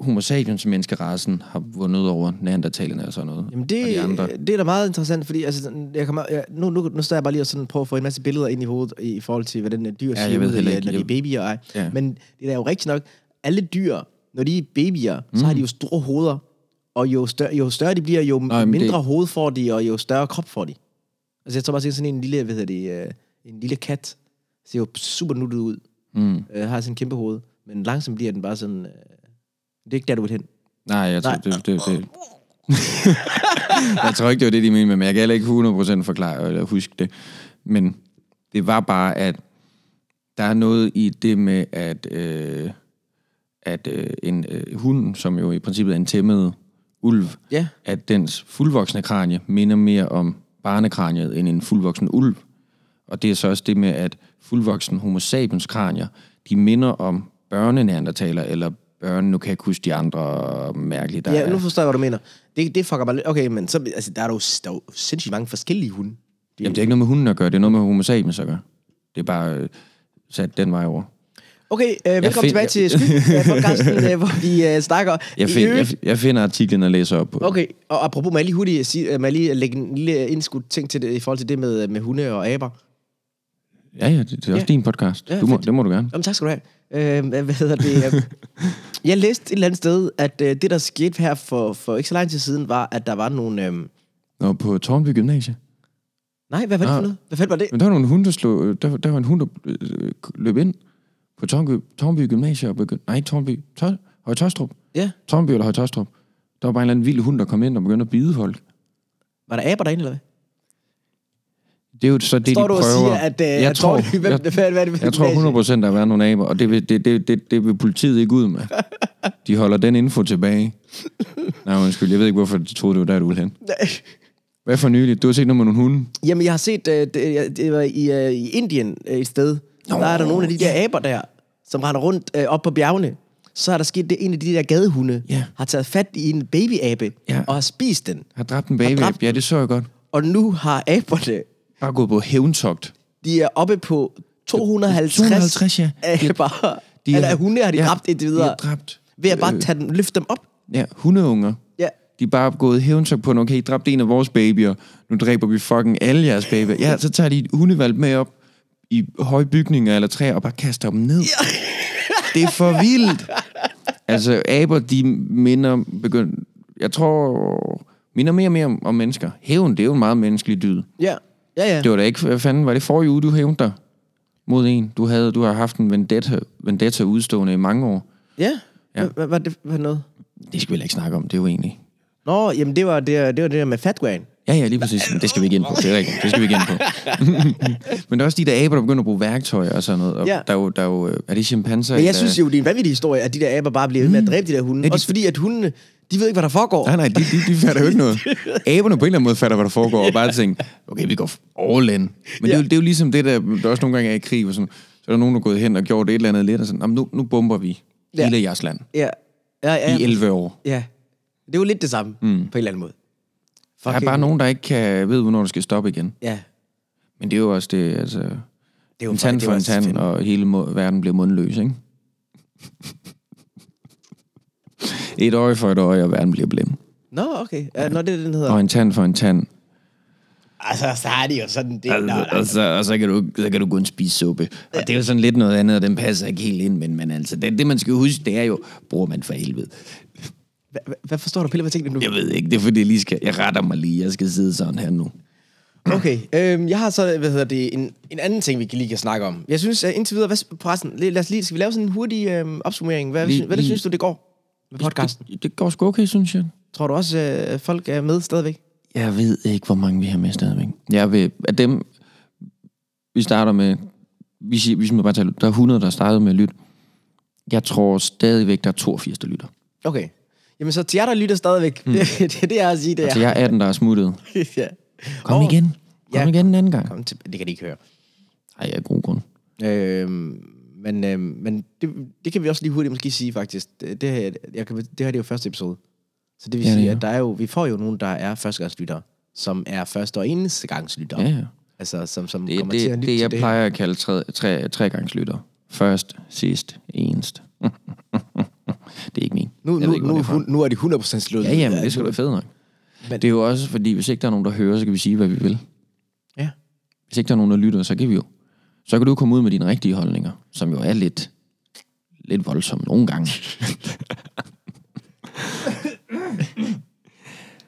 homo sapiens menneskerassen har vundet over neandertalerne og sådan noget. Jamen og de andre. det, det er da meget interessant, fordi altså, sådan, jeg kommer, jeg, nu, nu, nu står jeg bare lige og sådan prøver at få en masse billeder ind i hovedet i forhold til, hvordan øh, dyr Ja, ser jeg ved ud, heller øh, ikke. når de er Jeg- babyer. Ej. Ja. Men det er jo rigtigt nok, alle dyr, når de er babyer, mm. så har de jo store hoveder, og jo større, jo større de bliver, jo Nej, men mindre det... det- hoved får de, og jo større krop får de. Altså jeg tror bare, at sådan en lille, hvad hedder det, øh, en lille kat ser jo super nuttet ud, Mm. øh, har sådan en kæmpe hoved, men langsomt bliver den bare sådan, øh, det er ikke der, du vil hen. Nej, jeg tror, det, det, det. jeg tror ikke, det var det, de mente, med, men jeg kan heller ikke 100% forklare eller huske det. Men det var bare, at der er noget i det med, at, øh, at øh, en øh, hund, som jo i princippet er en tæmmet ulv, Ja. at dens fuldvoksne kranie minder mere om barnekraniet end en fuldvoksen ulv. Og det er så også det med, at fuldvoksen homo sapiens kranier, de minder om børneneandertaler, eller børne, nu kan jeg ikke huske de andre mærkelige, der Ja, er. nu forstår jeg, hvad du mener. Det, det fucker bare lidt. Okay, men så, altså, der, er jo, der er jo sindssygt mange forskellige hunde. De, Jamen, det er ikke noget med hunden at gøre, det er noget med homo sapiens at gøre. Det er bare øh, sat den vej over. Okay, øh, velkommen find- tilbage til Sky, øh, podcasten, øh, hvor vi øh, snakker Jeg, i find, øvrigt- jeg, jeg finder artiklen og læser op på. Okay, og apropos, må jeg lige hurtigt sige, øh, må jeg lige lægge en lille indskudt ting til det, i forhold til det med, øh, med hunde og aber? Ja, ja, det, det er også din podcast. Ja, du må, fedt. det må du gerne. Jamen, tak skal du have. Øh, hvad hedder det? øh, jeg læste et eller andet sted, at øh, det, der skete her for, for ikke så lang tid siden, var, at der var nogle... Øh, Nå, på Tornby Gymnasie. nej, hvad var det for Ah. noget? Hvad fanden var det? Men der var nogle hunde, der, slog, øh, der, der var en hund, der øh, løb ind på Tornby, Tornby Gymnasium og begyndte... Nej, Tornby... Tør, Høje Tørstrup. Ja, Tornby eller Høje Tørstrup. Der var bare en eller anden vild hund, der kom ind og begyndte at bide folk. var der aber derinde, eller hvad? Det er jo så det, Står de du og prøver. siger, at... Øh, jeg, at tror, Dorte- hvem- jeg, hvad fanden var det for jeg en tror gymnasie? 100 procent, der har været nogle aber, og det vil, det, det, det, det vil politiet ikke ud med. De holder den info tilbage. Nej, undskyld, jeg ved ikke, hvorfor de troede, det var der, du ville hen. Hvad for nyligt? Du har set noget med nogle hunde. Jamen, jeg har set, øh, det, jeg- det var i, øh, i Indien øh, et sted, Nå, der er der nogle af de der aber der, som render rundt øh, op på bjergene. Så er der sket, det en af de der gadehunde Ja. har taget fat i en babyabe Ja. og har spist den. Har dræbt en baby. dræbt Ja, det så jeg godt. Og nu har aberne Bare gået på hævntogt. De er oppe på 250, 250, ja. Af bare, de er, eller af hunde har de ja, dræbt indtil videre. De er dræbt. ved at bare tage dem, løfte dem op. Ja, hundeunger. Ja. De er bare gået hævntok på, okay, I dræbte en af vores babyer, nu dræber vi fucking alle jeres babyer. Ja, så tager de et hundevalg med op i høje bygninger eller træer og bare kaster dem ned. Ja. Det er for vildt. Altså, aber, de minder begynd... Jeg tror, minder mere og mere om- om mennesker. Hævn, det er jo en meget menneskelig dyd. Ja, ja, ja. Det var da ikke, hvad fanden var det forrige uge, du hævnte dig mod en? Du, havde, du har haft en vendetta, vendetta udstående i mange år. ja. Ja. Hvad var det for noget? Det skal vi heller ikke snakke om, det er jo egentlig. Nå, jamen det var det, det, var det der med fatwaen. Ja, ja, lige præcis. Men det skal vi ikke ind på. Det er rigtigt. Det skal vi ikke ind på. Men der er også de der aber, der begynder at bruge værktøj og sådan noget. Og Ja. der er jo, der er, jo, øh, er det chimpanser? Men jeg synes jo, det er en vanvittig historie, at de der aber bare bliver ved med at dræbe de der hunde. øh, Mm. de- Også fordi, at hundene, de ved ikke, hvad der foregår. Nej, nej, de, de, de fatter jo ikke noget. Aberne på en eller anden måde fatter, hvad der foregår, og bare tænker, okay, vi går all in. Men det, er Ja. jo, det er jo ligesom det, der, der også nogle gange er i krig, hvor sådan, så er der nogen, der er gået hen og gjort et eller andet lidt, og sådan, "Jamen, nu, nu bomber vi Ja. hele jeres land Ja. Ja, ja, i ja. 11 år. ja. Det er jo lidt det samme, mm. på en eller anden måde. Der er bare nogen, der ikke kan ved, hvornår det skal stoppe igen. Ja. Men det er jo også det, altså... Det er jo En tand det er for en også tand, fedt. og hele mu- verden bliver mundløs, ikke? Et øje for et øje, og verden bliver blind. Nå, okay. Ja, nå, det er det, den hedder. Og en tand for en tand. Altså, så er de jo sådan det. Nå, Altså, nej. og, så, og så, kan du, så kan du kun spise suppe. Og det er jo sådan lidt noget andet, og den passer ikke helt ind, men, men altså, det, det, man skal huske, det er jo, bruger man for helvede. Hva- hva- Hvad forstår du, Pelle? Hvad tænkte du nu? Jeg ved ikke, det er fordi, jeg, lige skal, jeg retter mig lige, jeg skal sidde sådan her nu. Okay, øhm, jeg har så, hvad hedder det, en, en anden ting, vi kan lige kan snakke om. Jeg synes, at indtil videre, hvad, s- forresten, lad lad os lige, skal vi lave sådan en hurtig øhm, opsummering? Hvad, Lige- lige, hvad det lige- synes du, det går med podcasten? Det, det går sgu okay, synes jeg. Tror du også, øh, folk er med stadigvæk? Jeg ved ikke, hvor mange vi har med stadigvæk. Jeg ved, at dem, vi starter med, vi, siger, vi må bare tage, der er 100, der startede med at lytte. Jeg tror stadigvæk, der er 82, der lytter. Okay. Jamen så til jer, der lytter stadigvæk, mm. det, det, er det, jeg har at sige, det Så er. jeg er 18, der er smuttet. ja. Kom Nå, igen. Kom Ja. igen en anden gang. Kom til, det kan de ikke høre. Ej, jeg er god grund. Øhm, men øhm, men det, det kan vi også lige hurtigt måske sige faktisk. Det, det, her, jeg kan, det her det er jo første episode. Så det vil Ja, ja, det sige, er. at der er jo, vi får jo nogen, der er førstegangslyttere, som er første og eneste gangslyttere. Ja, ja. Altså, som, som Det er kommer til at det, lytte det, til jeg det her. plejer at kalde tre, tre, tre gangs lytter. Først, sidst, enest. det er ikke min. Nu, Jeg ved nu, ikke, hvor nu, det er fra. nu, nu er de 100% slået Ja, ud ja, men af- det skal da fedt nok. Men- Men... Det er jo også, fordi hvis ikke der er nogen, der hører, så kan vi sige, hvad vi vil. Ja. Hvis ikke der er nogen, der lytter, så kan vi jo. Så kan du komme ud med dine rigtige holdninger, som jo er lidt, lidt voldsomme nogle gange.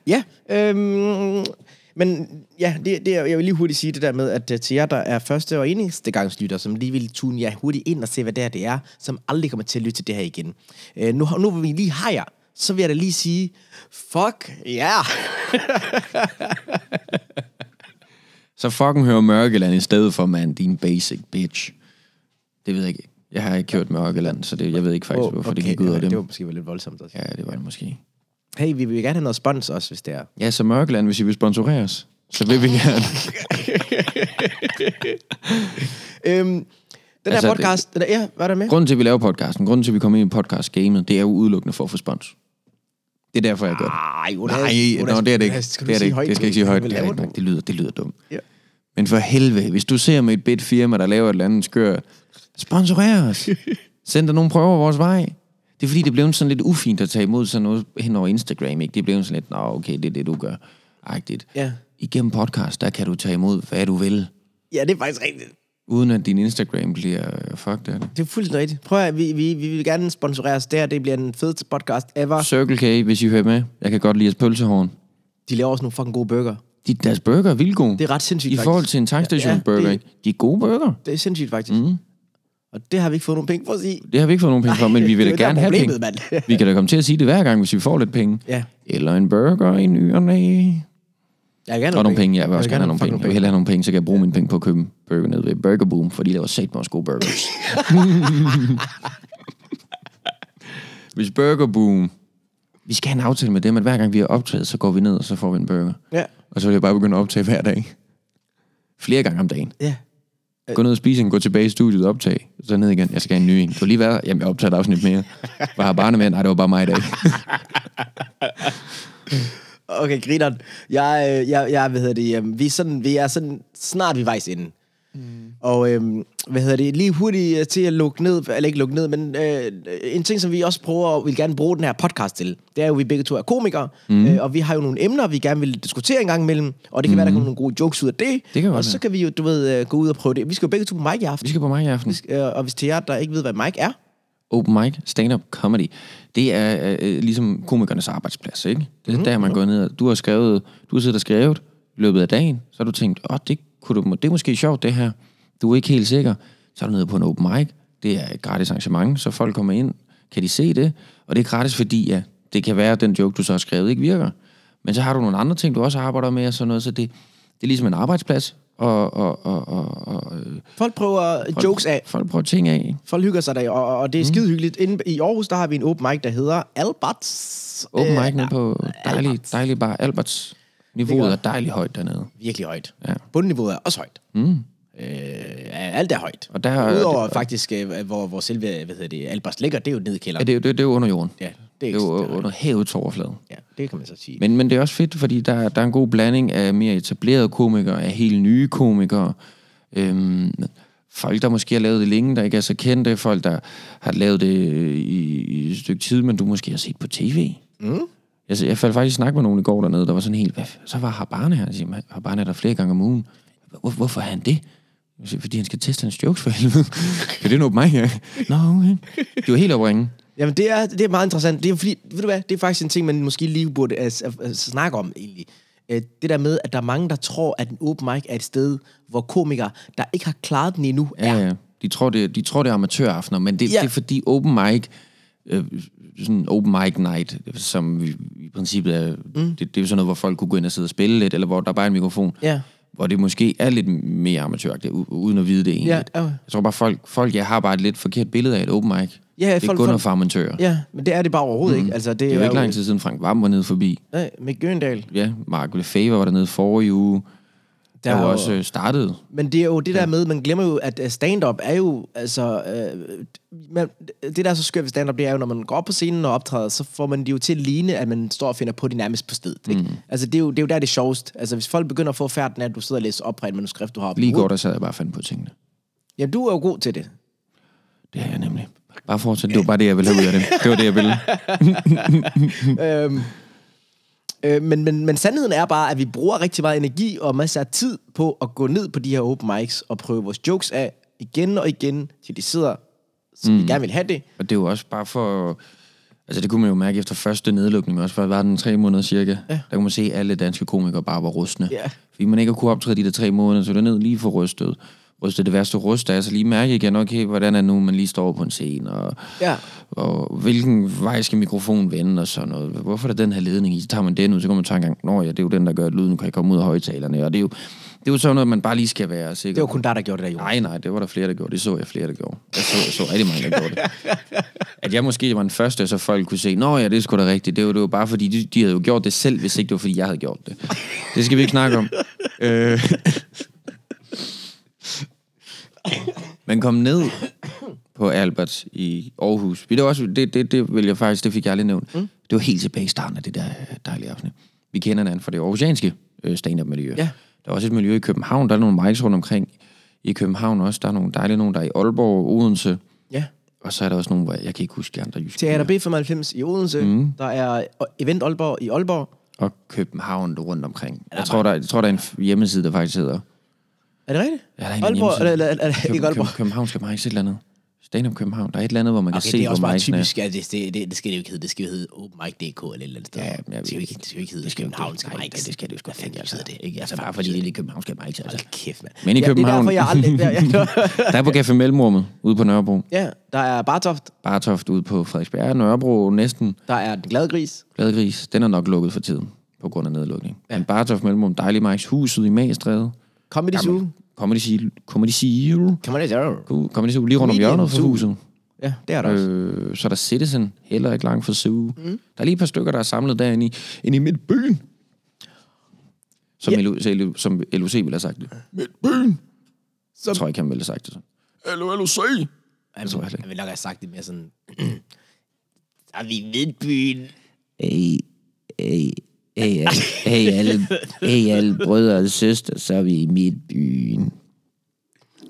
Ja, øhm, men ja, det, det, er- jeg vil lige hurtigt sige det der med, at øh, til jer, der er første og eneste gangslytter, som lige vil tune jer hurtigt ind og se, hvad det er, det er, som aldrig kommer til at lytte til det her igen. Øh, nu, har- nu hvor vi lige har jer, så vil jeg da lige sige, fuck ja. Yeah. Så fucking hør Mørkeland i stedet for, man, din basic bitch. Det ved jeg ikke. Jeg har ikke hørt Mørkeland, så det, jeg ved ikke faktisk, hvorfor okay, det gik ud ja, af det var dem. måske lidt voldsomt også. Ja, det var det måske. Hey, vi vil gerne have noget spons også, hvis det er. Øhm, Ja, så Mørkeland, hvis I vil sponsorere os, så vil vi gerne. Øhm, den Altså, altså, her det- podcast, det, ja, hvad er der med? Grunden til, at vi laver podcasten, grunden til, at vi kommer ind i podcast-gamet, det er jo udelukkende for at få spons. Det er derfor, jeg gør det. Ej, Jonas, Nej, nå, det er det ikke. Jonas, skal du det er det sige ikke. højt Det skal nu? jeg ikke sige højt. Hvad Det, er laver rigtigt du? nok. det, lyder, det lyder dumt. Ja. Men for helvede, hvis du ser med et bedt firma, der laver et eller andet skør, sponsorer os. Send dig nogle prøver vores vej. Det er fordi, det er blevet sådan lidt ufint at tage imod sådan noget hen over Instagram, ikke? Det er blevet sådan lidt, nå, okay, det er det, du gør. Agtigt. Ja. Igennem podcast, der kan du tage imod, hvad du vil. Ja, det er faktisk rigtigt. uden Uden at din Instagram bliver øh, fucked af det. Det er fuldstændig rigtigt. Prøv at, vi, vi, vi vil gerne sponsorere os der. Det bliver den fedeste podcast ever. Circle K, hvis I hører med. Jeg kan godt lide jeres pølsehorn. De laver også nogle fucking gode burger. De, deres burger er vildt gode. Det er ret sindssygt, I forhold til en tankstationsburger, Ja, ja, det- ja, De er gode burger. Det er sindssygt, faktisk. Mhm. Mm. Og det har vi ikke fået nogen penge for at sige. Det har vi ikke fået nogen penge for, men vi vil det er da jo der gerne have problemet, penge. mand. vi kan da komme til at sige det hver gang, hvis vi får lidt penge. Ja. Eller en burger i ny og næ. Jeg vil gerne Og nogle penge, ja, jeg vil også gerne have nogle fucking penge. Jeg vil hellere have nogle penge, så kan jeg bruge mine penge på at købe en burger nede ved Burger Boom, for de laver sat med også gode burgers. hvis Burger Boom... Vi skal have en aftale med dem, at hver gang vi har optaget, så går vi ned, og så får vi en burger. Ja. Og så vil jeg bare begynde at optage hver dag. Flere gange om dagen. Ja. Gå ned og spise en, gå tilbage i studiet og optage. Så ned igen. Jeg skal have en ny en. Du har lige været her. Jamen, jeg optager et afsnit mere. Var har barne med? Nej, det var bare mig i dag. Okay, grineren. Jeg, øh, jeg, jeg, hvad hedder det, øhm, vi, er sådan, vi er sådan snart vi vejs inden. Mm. Og øhm, hvad hedder det, lige hurtigt øh, til at lukke ned, eller ikke lukke ned, men øh, en ting, som vi også prøver og vil gerne bruge den her podcast til, det er jo, at vi begge to er komikere, mm. øh, og vi har jo nogle emner, vi gerne vil diskutere en gang imellem, og det kan mm. være, der kommer nogle gode jokes ud af det, Det kan og godt så være. kan vi jo, du ved, øh, gå ud og prøve det. Vi skal jo begge to på mic i aften, Vi skal på mig i aften. øh, og hvis til jer, der ikke ved, hvad mic er, Open mic, stand-up comedy. Det er øh, øh, ligesom komikernes arbejdsplads, ikke? Det Mhm. er mm-hmm. der, man går ned og... Du har skrevet... Du har siddet og skrevet i løbet af dagen, så har du tænkt, åh, det, kunne du, må- det er måske sjovt, det her. Du er ikke helt sikker. Så er du nede på en open mic. Det er et gratis arrangement, så folk kommer ind, kan de se det, og det er gratis, fordi ja, det kan være, at den joke, du så har skrevet, ikke virker. Men så har du nogle andre ting, du også arbejder med og sådan noget, så det, det er ligesom en arbejdsplads, og, og, og, og, og øh, folk prøver folk. jokes af, folk prøver ting af, ikke? folk hygger sig der, og, og- og det er Mm. skide hyggeligt. Inde i Aarhus, der har vi en open mic, der hedder Alberts. Open Øh, mic nede på dejlig, Alberts. dejlig bar. Alberts niveauet er dejlig højt dernede. Virkelig højt. Ja. Bundniveauet er også højt. Mm. Øh, alt er højt. Og der- Udover det, faktisk, øh, hvor, hvor selve, hvad hedder det, Alberts ligger, det er jo nede i Ja, kælderen. det, er jo- det, det er jo under jorden. Ja, det er det er ikke- jo det er under havets overflade. Ja, det kan man så sige. Men, men det er også fedt, fordi der, der er en god blanding af mere etablerede komikere, af helt nye komikere, øhm, folk, der måske har lavet det længe, der ikke er så kendte, folk, der har lavet det øh, i, i et stykke tid, men du måske har set på tv. Mm. Altså, jeg faldt faktisk i snak med nogen i går dernede, der var sådan helt, hvad, f- så var Habane her, Jeg siger, "Man, Habane er der flere gange om ugen. Hvor, hvorfor er han det? Jeg siger, Fordi han skal teste hans jokes for helvede. Kan det nå på mig? Ja. Nå, okay. De var helt opringen. Jamen, det er, det er meget interessant. Det er, fordi, ved du hvad, det er faktisk en ting, man måske lige burde altså, altså, snakke om, egentlig. Øh, Det der med, at der er mange, der tror, at en open mic er et sted, hvor komikere, der ikke har klaret den endnu, er. Ja, ja. De tror, det, de tror, det er amatøraftener, men det, Ja. ja. det er fordi open mic, øh, sådan open mic night, som vi, i princippet er, mm. det, det er jo sådan noget, hvor folk kunne gå ind og sidde og spille lidt, eller hvor der bare er en mikrofon, Ja. hvor det måske er lidt mere amatøragtigt, u- uden at vide det egentlig. Ja, ja. Jeg tror bare, folk, folk jeg har bare et lidt forkert billede af et open mic. Ja, det er folk- kun folk- for amatører. Ja. Ja, men det er det bare overhovedet mm. ikke. Altså, det, Det er jo ikke lang tid siden, Frank Vam var nede forbi. Nej, med Gøndal. Ja, Mark Lefebvre var dernede forrige uge. Der Der, der var var- også øh, startet. Men det er jo det der med, man glemmer jo, at øh, stand-up er jo, altså, øh, man, det der er så skørt ved stand-up, det er jo, når man går op på scenen og optræder, så får man det jo til at ligne, at man står og finder på det nærmest på stedet. Ikke? Mm. Altså, det er, jo, det er jo der, det er sjovest. Altså, hvis folk begynder at få færden af, at du sidder og læser op fra et manuskript, du har op Lige i går, der sad jeg bare og fandt på tingene. Ja, uh, du er jo god til det. Det er jeg nemlig. Bare fortsæt. Det var bare det, jeg ville have ud af det. Det var det, jeg ville. Øh, men, men, men sandheden er bare, at vi bruger rigtig meget energi og masser af tid på at gå ned på de her open mics og prøve vores jokes af igen og igen, til de sidder, som mm. vi gerne vil have det. Og det er jo også bare for... Altså, det kunne man jo mærke efter første nedlukning, men også bare var den tre måneder cirka. Ja. Der kunne man se, at alle danske komikere bare var rustne. Ja. Fordi man ikke kunne optræde de der tre måneder, så var ned lige for rystet. Rystet det værste rust, altså lige mærke igen, okay, hvordan er nu, man lige står på en scene, og, Ja. og hvilken vej skal mikrofonen vende, og sådan noget. Hvorfor er der den her ledning i? Så tager man den ud, så kan man tage en gang, nå ja, det er jo den, der gør at lyden, kan ikke komme ud af højtalerne, og det er jo, det er jo sådan noget, man bare lige skal være sikker Det var kun dig, der gjorde det der, Jonas. Nej, nej, det var der flere, der gjorde. Det så jeg flere, der gjorde. Jeg så, jeg så rigtig mange, der gjorde det. At jeg måske var den første, så folk kunne se, nå ja, det er sgu da rigtigt. Det var, det var bare fordi, de, de havde jo gjort det selv, hvis ikke det var fordi, jeg havde gjort det. Det skal vi ikke snakke om. Øh. Men kom ned på Albert i Aarhus. Det, var også, det, det, det vil jeg faktisk, det fik jeg aldrig nævnt. Mm. Det var helt tilbage i starten af det der øh, dejlige afsnit. Vi kender hinanden fra det aarhusianske øh, stand-up-miljø. Ja. Der er også et miljø i København. Der er nogle mics rundt omkring i København også. Der er nogle dejlige nogen, der er i Aalborg, Odense. Ja. Og så er der også nogle, hvor jeg kan ikke huske de andre jyske. Teater B95 i Odense. Mm. Der er Event Aalborg i Aalborg. Og København rundt omkring. Jeg tror, der, jeg tror, der er en f- hjemmeside, der faktisk hedder... Er det rigtigt? Ja, der er en Aalborg, hjemmeside. eller, eller, eller, eller ikke Aalborg. København, København skal bare ikke se et eller andet. Stand up København. Der er et eller andet, hvor man kan Okay, se, det er også hvor meget mic'en er. typisk. Ja, det, det, det, det, skal det jo ikke hedde. Det skal jo hedde openmic.dk eller et eller andet sted. Ja, jeg ved det skal jo ikke. ikke, det skal jo ikke hedde Københavnsk Nej, Mic. det, det skal det jo sgu Hvad fanden ikke. Altså. betyder det? Ikke? Altså, bare fordi det er lidt københavnske mics, altså. Hold kæft, mand. Men i Ja, det er København. derfor, jeg aldrig... Ja, ja, Der er på Café Mellemrummet, ude på Nørrebro. ja, der er Bartoft, Bartoft ude på Frederiksberg. Nørrebro næsten. der er Den Glade Gris. Gladgris, den er nok lukket for tiden på grund af nedlukning. Ja. Men Bartoft Mellemrum, dejlig Mike's huset i Magstræde. Comedy Zoo. Gammel- Comedy Zero. Comedy Zero. Comedy Zoo. Comedy Zero lige rundt om Comedian hjørnet for Zoo. huset. Ja, det er der også. Øh, så er der Citizen, heller ikke langt fra Zoo. Mm. Der er lige et par stykker, der er samlet derinde i, inde i midtbyen. Som, yeah. LU, som LUC ville have sagt det. Midtbyen! Så... Jeg tror ikke, han ville have sagt det sådan. Hallo, Jeg, LUC! tror jeg heller ikke. jeg vil nok have sagt det mere sådan... Så er vi i midtbyen. Ey, ey, Hey, al- hey, alle, hey, alle brødre og søster, så er vi i midtbyen.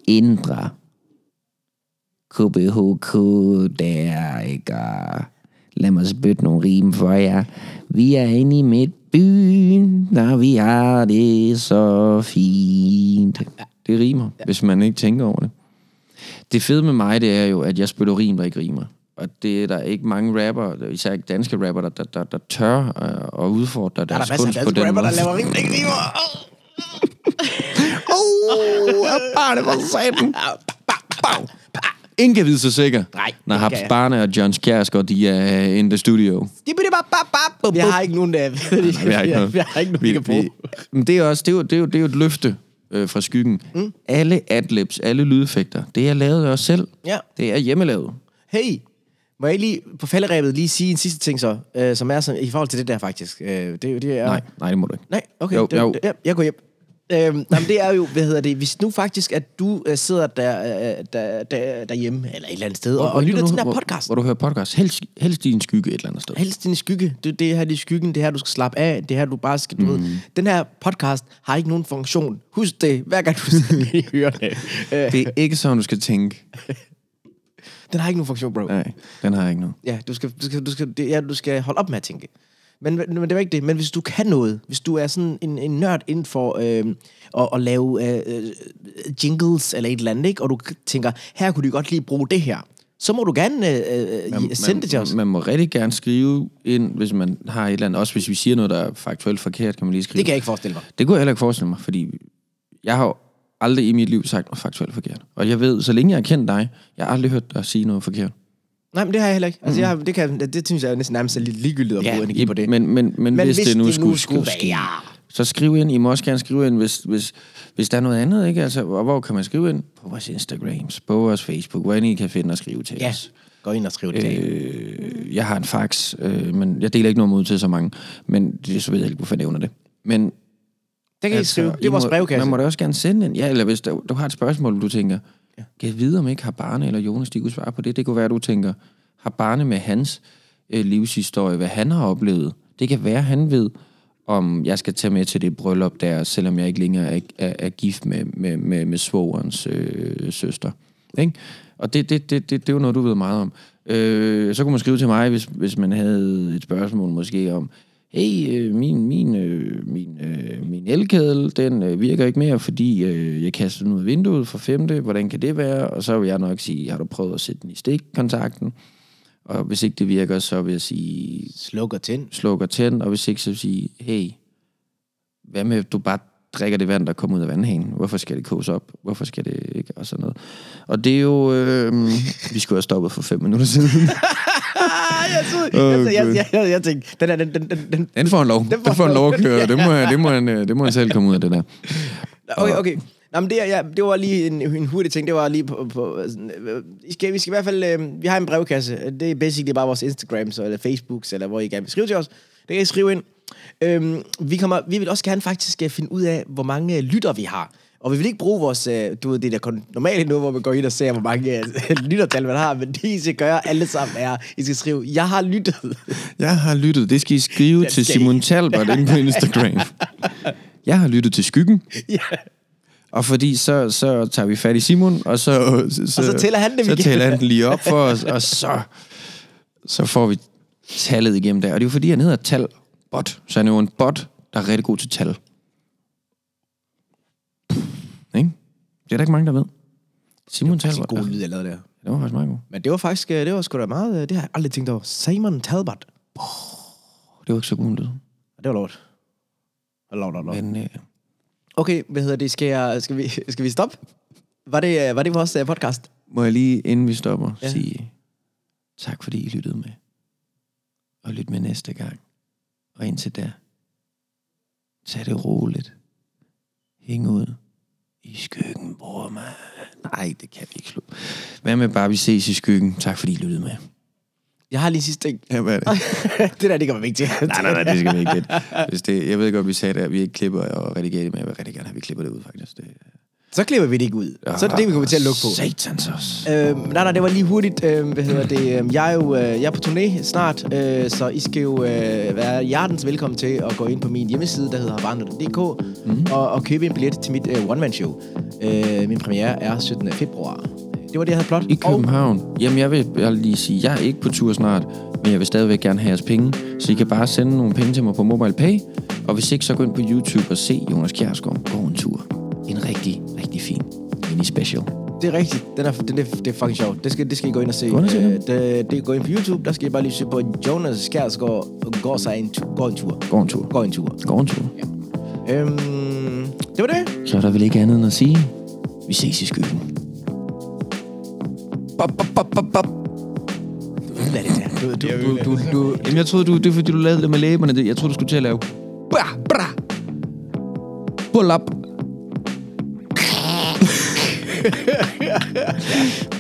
Indre. KBHK, der, ikke? Og Lad mig spytte nogle rim for jer. Vi er inde i midtbyen, når vi har det så fint. Det rimer, hvis man ikke tænker over det. Det fede med mig, det er jo, at jeg spytter rim, der ikke rimer. Og det er der ikke mange rapper, især ikke danske rapper, der, der, der, der tør øh, at udfordre Der er deres der masser af kunst på den danske rapper, måde. der laver rim, der ikke rimer. Åh, Åh, barnet var satan. Ingen kan vide sig sikker, Nej, når det Habs kan jeg. Barne og Johns Kjærsgaard, de er in the studio. skibidi-bap-bap-bap. Jeg har ikke nogen, der... Vi har ikke noget. Jeg har ikke nogen, vi kan bruge. Men det er også det er jo, det er jo, det er jo et løfte øh, fra skyggen. Mm. Alle adlibs, alle lydeffekter, det er lavet af os selv. Ja. Det er hjemmelavet. Hey, må jeg lige på falderæbet lige sige en sidste ting så, øh, som er sådan, i forhold til det der faktisk. Øh, det, er jo- det er, Nej, nej, det må du ikke. Nej, okay. Jo, det, jo. Det, ja, jeg går hjem. Øhm, nej, men det er jo, hvad hedder det, hvis nu faktisk, at du øh, sidder der, øh, der, der, derhjemme, eller et eller andet sted, og, og Hvor- lytter hvor- til den hvor- her podcast. Hvor du hører podcast. Helst, helst i en skygge et eller andet sted. Helst din skygge. Det, det er her, det er skyggen. Det er her, du skal slappe af. Det er her, du bare skal, du mm. ved. Den her podcast har ikke nogen funktion. Husk det, hver gang du sidder den i ørerne. Øh, Det er ikke sådan, du skal tænke. den har ikke nogen funktion, bro. Nej, den har jeg ikke nu. Ja, du skal, du skal, du skal, det, ja, du skal holde op med at tænke. Men, men det var ikke det. Men hvis du kan noget, hvis du er sådan en, en nørd inden for øh, at, at lave øh, øh, jingles eller et eller andet, ikke? og du tænker, her kunne du godt lige bruge det her, så må du gerne øh, øh, sende det til os. Man, man må rigtig gerne skrive ind, hvis man har et eller andet. Også hvis vi siger noget, der er faktuelt forkert, kan man lige skrive. Det kan jeg ikke forestille mig. Det kunne jeg heller ikke forestille mig, fordi jeg har jo aldrig i mit liv sagt noget faktuelt forkert. Og jeg ved, så længe jeg har kendt dig, jeg har aldrig hørt dig sige noget forkert. Nej, men det har jeg heller ikke. Altså, jeg har, det, kan, det, det synes jeg er næsten nærmest er lidt ligegyldigt at bruge energi på det. Mm. Men, men, men, men hvis, det nu skulle, skulle ske, være... så skriv ind. I må også gerne skrive ind, hvis, hvis, hvis der er noget andet. Ikke? Altså, og hvor kan man skrive ind? På vores Instagrams, på vores Facebook, hvor end I kan finde og skrive til Ja, os. gå ind og skriv det. Øh, Øh, jeg har en fax, øh, men jeg deler ikke noget mod til så mange. Men det, så ved jeg ikke, hvorfor jeg nævner det. Men det kan I skrive. Det er vores altså, øh, må- brevkasse. Man må da også gerne sende en. Ja, eller hvis du, du har et spørgsmål, du tænker, ja. kan jeg vide, om ikke har Barne eller Jonas, de kunne svare på det? Det kunne være, du tænker, har Barne med hans øh, livshistorie, hvad han har oplevet? Det kan være, han ved, om jeg skal tage med til det bryllup der, selvom jeg ikke længere er, er, er gift med, med, med, med svogerens øh, søster. Ikke? Og det, det, det, det, det er jo noget, du ved meget om. Øh, så kunne man skrive til mig, hvis, hvis man havde et spørgsmål måske om, hey, øh, min, min, øh, min, øh, min elkedel, den øh, virker ikke mere, fordi øh, jeg kaster den ud af vinduet for femte, hvordan kan det være? Og så vil jeg nok sige, har du prøvet at sætte den i stikkontakten? Og hvis ikke det virker, så vil jeg sige, Sluk og tænd. slukker tænd, og hvis ikke, så vil jeg sige, hey, hvad med, at du bare drikker det vand, der kommer ud af vandhanen? Hvorfor skal det koges op? Hvorfor skal det ikke? Og sådan noget. Og det er jo... Øh, vi skulle have stoppet for fem minutter siden. Ah, jeg, troede, jeg, jeg, jeg, jeg, jeg tænkte, den, er- den, den, den, den, Den får en lov. Den får, den får en lov at køre. Det må, det, må han, øh, det må han selv komme ud af, det der. Okay, okay. Nå, men det, er- ja, det var lige en, en hurtig ting. Det var lige på... på sådan, øh, I skal, vi skal i hvert fald... Øh, vi har en brevkasse. Det er basically bare vores Instagrams eller Facebooks, eller hvor I gerne vil skrive til os. Det kan I skrive ind. Øhm, vi, kommer, vi vil også gerne faktisk øh, finde ud af, hvor mange øh, lytter vi har. Og vi vil ikke bruge vores, øh, du ved, det der kon- normale nu, hvor man går ind og ser, hvor mange øh, lyttertal man har, men det I skal gøre alle sammen er, I skal skrive, jeg har lyttet. Jeg har lyttet. Det skal I skrive skal til I. Simon Talbot inde på Instagram. Jeg har lyttet til Skyggen. ja. Og fordi så, så tager vi fat i Simon, og så, så, Og så tæller han det, så Michael. tæller han den lige op for os, og så, så får vi tallet igennem der. Og det er jo fordi, han hedder Talbot. Så han er jo en bot, der er rigtig god til tal. Ikke? Det er der ikke mange, der ved. Simon Det er en Talbot. god Det lyd, jeg lavede der. var faktisk meget god. Men det var faktisk, øh, det var sgu da meget, øh, det har jeg aldrig tænkt over. Simon Talbot. Det var ikke så god en lyd. Det var lort. Lort, lort, lort. Men, øh, Okay, hvad hedder det? Skal, jeg, skal, vi, skal vi stoppe? Var det, øh, var det vores øh, podcast? må jeg lige, inden vi stopper, ja. sige tak, fordi I lyttede med. Og lyt med næste gang. Og indtil da, tag det roligt. Hæng ud i skyggen, bror man. Nej, det kan vi ikke slutte. Hvad med bare, vi ses i skyggen. Tak, fordi I lyttede med. Jeg har lige sidste ting. Ja, hvad er det? det der, det kommer vigtigt. Nej, nej, nej, det skal vi ikke. Det, hvis det, jeg ved godt, vi sagde det, at vi ikke klipper og redigerer det, men jeg vil rigtig gerne have, at vi klipper det ud, faktisk. Det, Så klipper vi det ikke ud. Så er det det, vi kommer til at lukke på. Satans også. Øhm, nej, nej, det var lige hurtigt. Øhm, hvad hedder det? Øhm, Jeg er jo øh, jeg er på turné snart, øh, så I skal jo øh, være hjertens velkommen til at gå ind på min hjemmeside, der hedder havarno.dk, mm-hmm. og, og købe en billet til mit øh, one-man-show. Øh, min premiere er 17. februar. Det var det, jeg havde plot. I København. Jamen, jeg vil, jeg vil lige sige, jeg er ikke på tur snart, men jeg vil stadigvæk gerne have jeres penge, så I kan bare sende nogle penge til mig på MobilePay, og hvis ikke, så gå ind på YouTube og se Jonas Kjærsgaard gå en tur. En rigtig, rigtig fin mini-special. Det er rigtigt. Den er, den er, det er fucking sjovt. Det skal, det skal I gå ind og se. Gå ind og se den. Øh, det, det går ind på YouTube. Der skal I bare lige se på Jonas Kjærsgaard går sig en, tu- går en tur. Gå en tur. Går en tur. Gå en tur. Øhm, det var det. Så er der vel ikke andet end at sige, vi ses i skyggen. Bop, bop, bop, bop, bop. Lad det der. Du, du, Du, du, du, jamen, jeg troede, du, det er fordi, du lavede det med læberne. Det- Jeg troede, du skulle til at lave... Bra, bra. Pull up.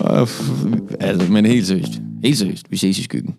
Og f- altså, men helt seriøst. Helt seriøst. Vi ses i skyggen.